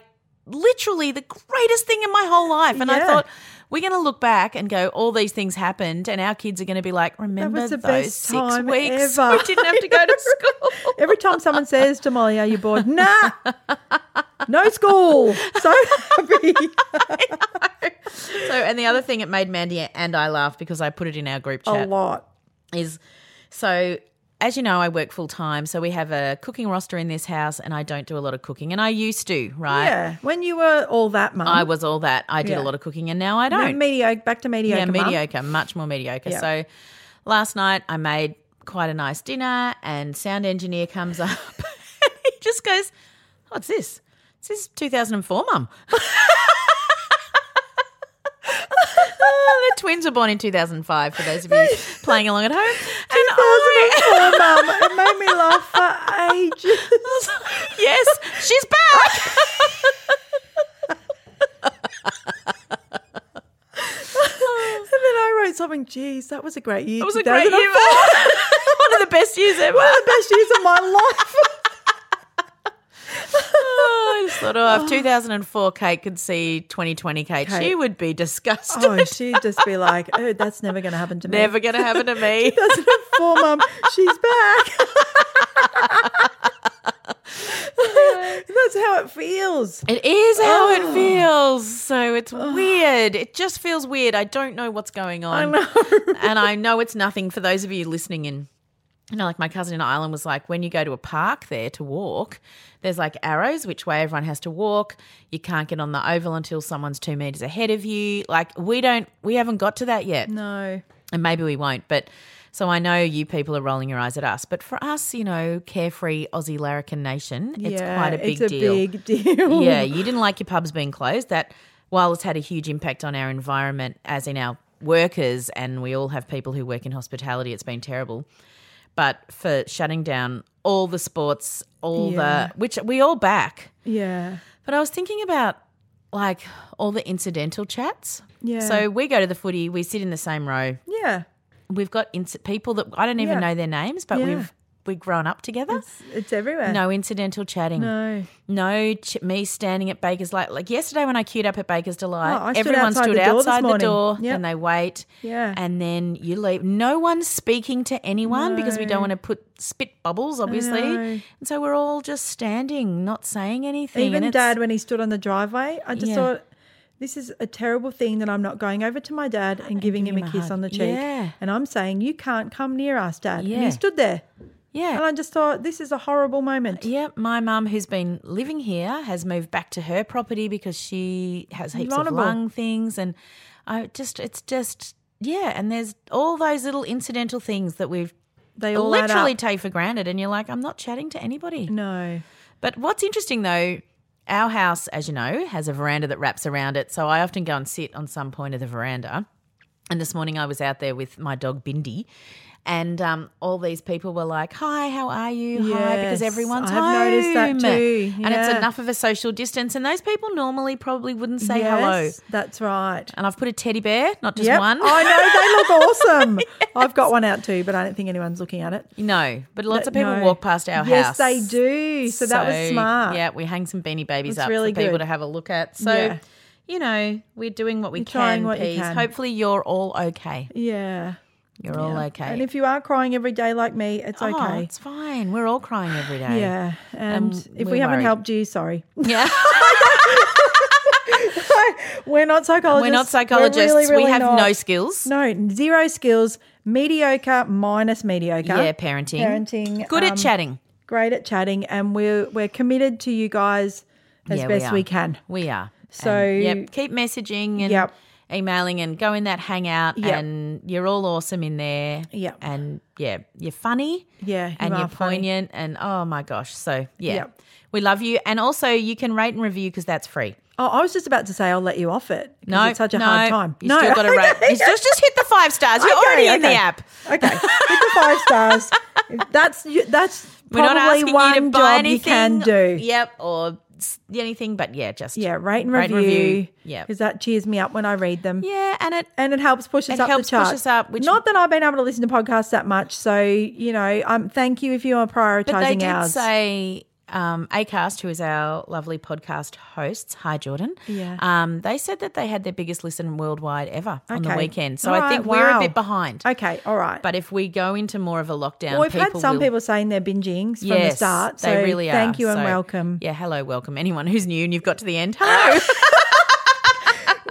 Speaker 2: literally the greatest thing in my whole life. And I
Speaker 1: Yeah.
Speaker 2: thought we're going to look back and go, all these things happened, and our kids are going to be like, remember
Speaker 1: was the
Speaker 2: those
Speaker 1: best
Speaker 2: six
Speaker 1: time
Speaker 2: weeks
Speaker 1: ever."
Speaker 2: we didn't have to go to school.
Speaker 1: Every time someone says to Molly, "Are you bored?" Nah, no school. So happy.
Speaker 2: so, and the other thing it made Mandy and I laugh because I put it in our group
Speaker 1: a
Speaker 2: chat
Speaker 1: lot.
Speaker 2: is so. As you know, I work full time, so we have a cooking roster in this house, and I don't do a lot of cooking. And I used to, right?
Speaker 1: Yeah. When you were all that mum,
Speaker 2: I was all that. I did
Speaker 1: Yeah.
Speaker 2: a lot of cooking, and now I
Speaker 1: No,
Speaker 2: don't.
Speaker 1: mediocre. Back to mediocre.
Speaker 2: yeah,
Speaker 1: mum.
Speaker 2: mediocre, much more mediocre.
Speaker 1: Yeah.
Speaker 2: So last night I made quite a nice dinner, and sound engineer comes up, and he just goes, "What's this? Is this 2004, mum?" the twins were born in 2005. For those of you playing along at home, and I,
Speaker 1: Poor mum. It made me laugh for ages.
Speaker 2: yes, she's back.
Speaker 1: and then I wrote something. Geez, that was a great year.
Speaker 2: It was a great year, one of the best years ever.
Speaker 1: the best years of my life.
Speaker 2: Oh, I just thought, oh, if 2004 Kate could see 2020 Kate, she
Speaker 1: Kate.
Speaker 2: would be disgusted.
Speaker 1: Oh, she'd just be like, "Oh, that's never going to happen to me."
Speaker 2: Never going to happen to me.
Speaker 1: That's not for mum. She's back. That's how it feels.
Speaker 2: It is how it feels. So it's weird. It just feels weird. I don't know what's going on. and I know it's nothing for those of you listening in. You know, like my cousin in Ireland was like, when you go to a park there to walk, there's like arrows which way everyone has to walk. You can't get on the oval until someone's two meters ahead of you. Like we don't, we haven't got to that yet
Speaker 1: No.
Speaker 2: and maybe we won't. But so I know you people are rolling your eyes at us, but for us, you know, carefree Aussie larrikin nation, it's
Speaker 1: Yeah,
Speaker 2: quite a
Speaker 1: it's
Speaker 2: big
Speaker 1: a
Speaker 2: deal.
Speaker 1: big deal.
Speaker 2: yeah, you didn't like your pubs being closed. That while it's had a huge impact on our environment, as in our workers, and we all have people who work in hospitality, it's been terrible. But for shutting down all the sports, all
Speaker 1: Yeah.
Speaker 2: the which we all back.
Speaker 1: Yeah.
Speaker 2: But I was thinking about like all the incidental chats.
Speaker 1: Yeah.
Speaker 2: So we go to the footy, we sit in the same row
Speaker 1: Yeah.
Speaker 2: we've got inc- people that I don't even
Speaker 1: Yeah.
Speaker 2: know their names, but
Speaker 1: Yeah.
Speaker 2: we've we've grown up together.
Speaker 1: It's everywhere.
Speaker 2: no incidental chatting.
Speaker 1: No.
Speaker 2: No, ch- me standing at Baker's Light. Like yesterday when I queued up at Baker's Delight,
Speaker 1: Oh, I stood
Speaker 2: everyone
Speaker 1: outside
Speaker 2: stood
Speaker 1: the door this
Speaker 2: outside the
Speaker 1: morning.
Speaker 2: door
Speaker 1: Yep.
Speaker 2: and they wait.
Speaker 1: Yeah.
Speaker 2: And then you leave. No one's speaking to anyone because we don't want to put spit bubbles, obviously.
Speaker 1: know.
Speaker 2: And so we're all just standing, not saying anything.
Speaker 1: Even
Speaker 2: and
Speaker 1: dad, when he stood on the driveway, I just
Speaker 2: Yeah.
Speaker 1: thought, this is a terrible thing that I'm not going over to my dad and giving him a kiss
Speaker 2: hug.
Speaker 1: on the cheek.
Speaker 2: Yeah.
Speaker 1: And I'm saying, you can't come near us, dad. And
Speaker 2: Yeah.
Speaker 1: he stood there.
Speaker 2: yeah.
Speaker 1: And I just thought, this is a horrible moment.
Speaker 2: Yeah, my mum, who's been living here, has moved back to her property because she has heaps
Speaker 1: Vulnerable.
Speaker 2: of lung things, and I just, it's just, yeah. And there's all those little incidental things that we've
Speaker 1: They all add
Speaker 2: literally
Speaker 1: up.
Speaker 2: take for granted, and you're like, I'm not chatting to anybody.
Speaker 1: no.
Speaker 2: But what's interesting though, our house, as you know, has a veranda that wraps around it. So I often go and sit on some point of the veranda. And this morning I was out there with my dog Bindi. And um, all these people were like, "Hi, how are you? Hi,"
Speaker 1: Yes,
Speaker 2: because everyone's home.
Speaker 1: I've noticed that too.
Speaker 2: And it's
Speaker 1: Yeah.
Speaker 2: enough of a social distance. And those people normally probably wouldn't say hello.
Speaker 1: Yes, That's right.
Speaker 2: And I've put a teddy bear, not just
Speaker 1: Yep. Oh,
Speaker 2: one.
Speaker 1: I know they look awesome. I've got one out too, but I don't think anyone's looking at it.
Speaker 2: no, but lots of people
Speaker 1: No.
Speaker 2: walk past our
Speaker 1: yes, Yes,
Speaker 2: house.
Speaker 1: they do. So, that was
Speaker 2: So,
Speaker 1: smart.
Speaker 2: Yeah, we hang some beanie babies
Speaker 1: That's
Speaker 2: up
Speaker 1: really
Speaker 2: for people
Speaker 1: good.
Speaker 2: to have a look at. So,
Speaker 1: Yeah.
Speaker 2: you know, we're doing what we
Speaker 1: You're trying
Speaker 2: can,
Speaker 1: what you
Speaker 2: peas.
Speaker 1: can.
Speaker 2: Hopefully, you're all okay.
Speaker 1: Yeah.
Speaker 2: You're all okay.
Speaker 1: And if you are crying every day like me, it's
Speaker 2: oh,
Speaker 1: okay.
Speaker 2: it's fine. We're all crying every day.
Speaker 1: Yeah. And if we
Speaker 2: we're
Speaker 1: haven't
Speaker 2: worried.
Speaker 1: helped you, sorry.
Speaker 2: Yeah.
Speaker 1: We're not psychologists.
Speaker 2: we're not psychologists.
Speaker 1: really, really
Speaker 2: we have
Speaker 1: not.
Speaker 2: no skills.
Speaker 1: No, zero skills, mediocre minus mediocre.
Speaker 2: Yeah, parenting.
Speaker 1: Parenting.
Speaker 2: Good
Speaker 1: um,
Speaker 2: at chatting.
Speaker 1: Great at chatting. And we're, we're committed to you guys as
Speaker 2: Yeah, we
Speaker 1: best
Speaker 2: are.
Speaker 1: we, can.
Speaker 2: We are.
Speaker 1: So-
Speaker 2: And, yep, keep messaging and
Speaker 1: Yep.
Speaker 2: emailing and go in that hangout
Speaker 1: Yep.
Speaker 2: and you're all awesome in there.
Speaker 1: Yep.
Speaker 2: And yeah, you're funny.
Speaker 1: Yeah, you
Speaker 2: and
Speaker 1: are
Speaker 2: you're
Speaker 1: funny.
Speaker 2: poignant and oh my gosh. So yeah.
Speaker 1: Yep.
Speaker 2: We love you. And also you can rate and review because that's free.
Speaker 1: Oh, I was just about to say I'll let you off it. 'cause
Speaker 2: No,
Speaker 1: it's such a
Speaker 2: no,
Speaker 1: hard time.
Speaker 2: You still got to rate. You just, just hit the five stars. You're
Speaker 1: Okay,
Speaker 2: already in
Speaker 1: okay.
Speaker 2: the app.
Speaker 1: Okay, hit the five stars. If That's you- that's
Speaker 2: We're not
Speaker 1: probably
Speaker 2: asking you
Speaker 1: one
Speaker 2: to
Speaker 1: job
Speaker 2: buy anything.
Speaker 1: you can do.
Speaker 2: Yep. Or s- anything. But yeah, just
Speaker 1: Yeah, rate and
Speaker 2: Rate and
Speaker 1: review.
Speaker 2: review. Yep.
Speaker 1: because that cheers me up when I read them.
Speaker 2: Yeah. And it
Speaker 1: And it helps push us
Speaker 2: It
Speaker 1: up
Speaker 2: helps
Speaker 1: the
Speaker 2: push
Speaker 1: chart.
Speaker 2: us up, which-
Speaker 1: Not that I've been able to listen to podcasts that much, so you know, um, thank you if you are prioritizing
Speaker 2: But they did
Speaker 1: ours.
Speaker 2: say um, Acast, who is our lovely podcast hosts, hi Jordan.
Speaker 1: Yeah.
Speaker 2: Um, they said that they had their biggest listen worldwide ever on the
Speaker 1: Okay.
Speaker 2: weekend. So
Speaker 1: All
Speaker 2: I
Speaker 1: right,
Speaker 2: think we're a
Speaker 1: wow.
Speaker 2: bit behind.
Speaker 1: okay, all right.
Speaker 2: But if we go into more of a lockdown,
Speaker 1: well, we've had some
Speaker 2: will-
Speaker 1: people saying they're binging from
Speaker 2: Yes,
Speaker 1: the start. So
Speaker 2: they really are.
Speaker 1: Thank you and
Speaker 2: So,
Speaker 1: welcome.
Speaker 2: Yeah, hello, welcome. Anyone who's new and you've got to the end, hello.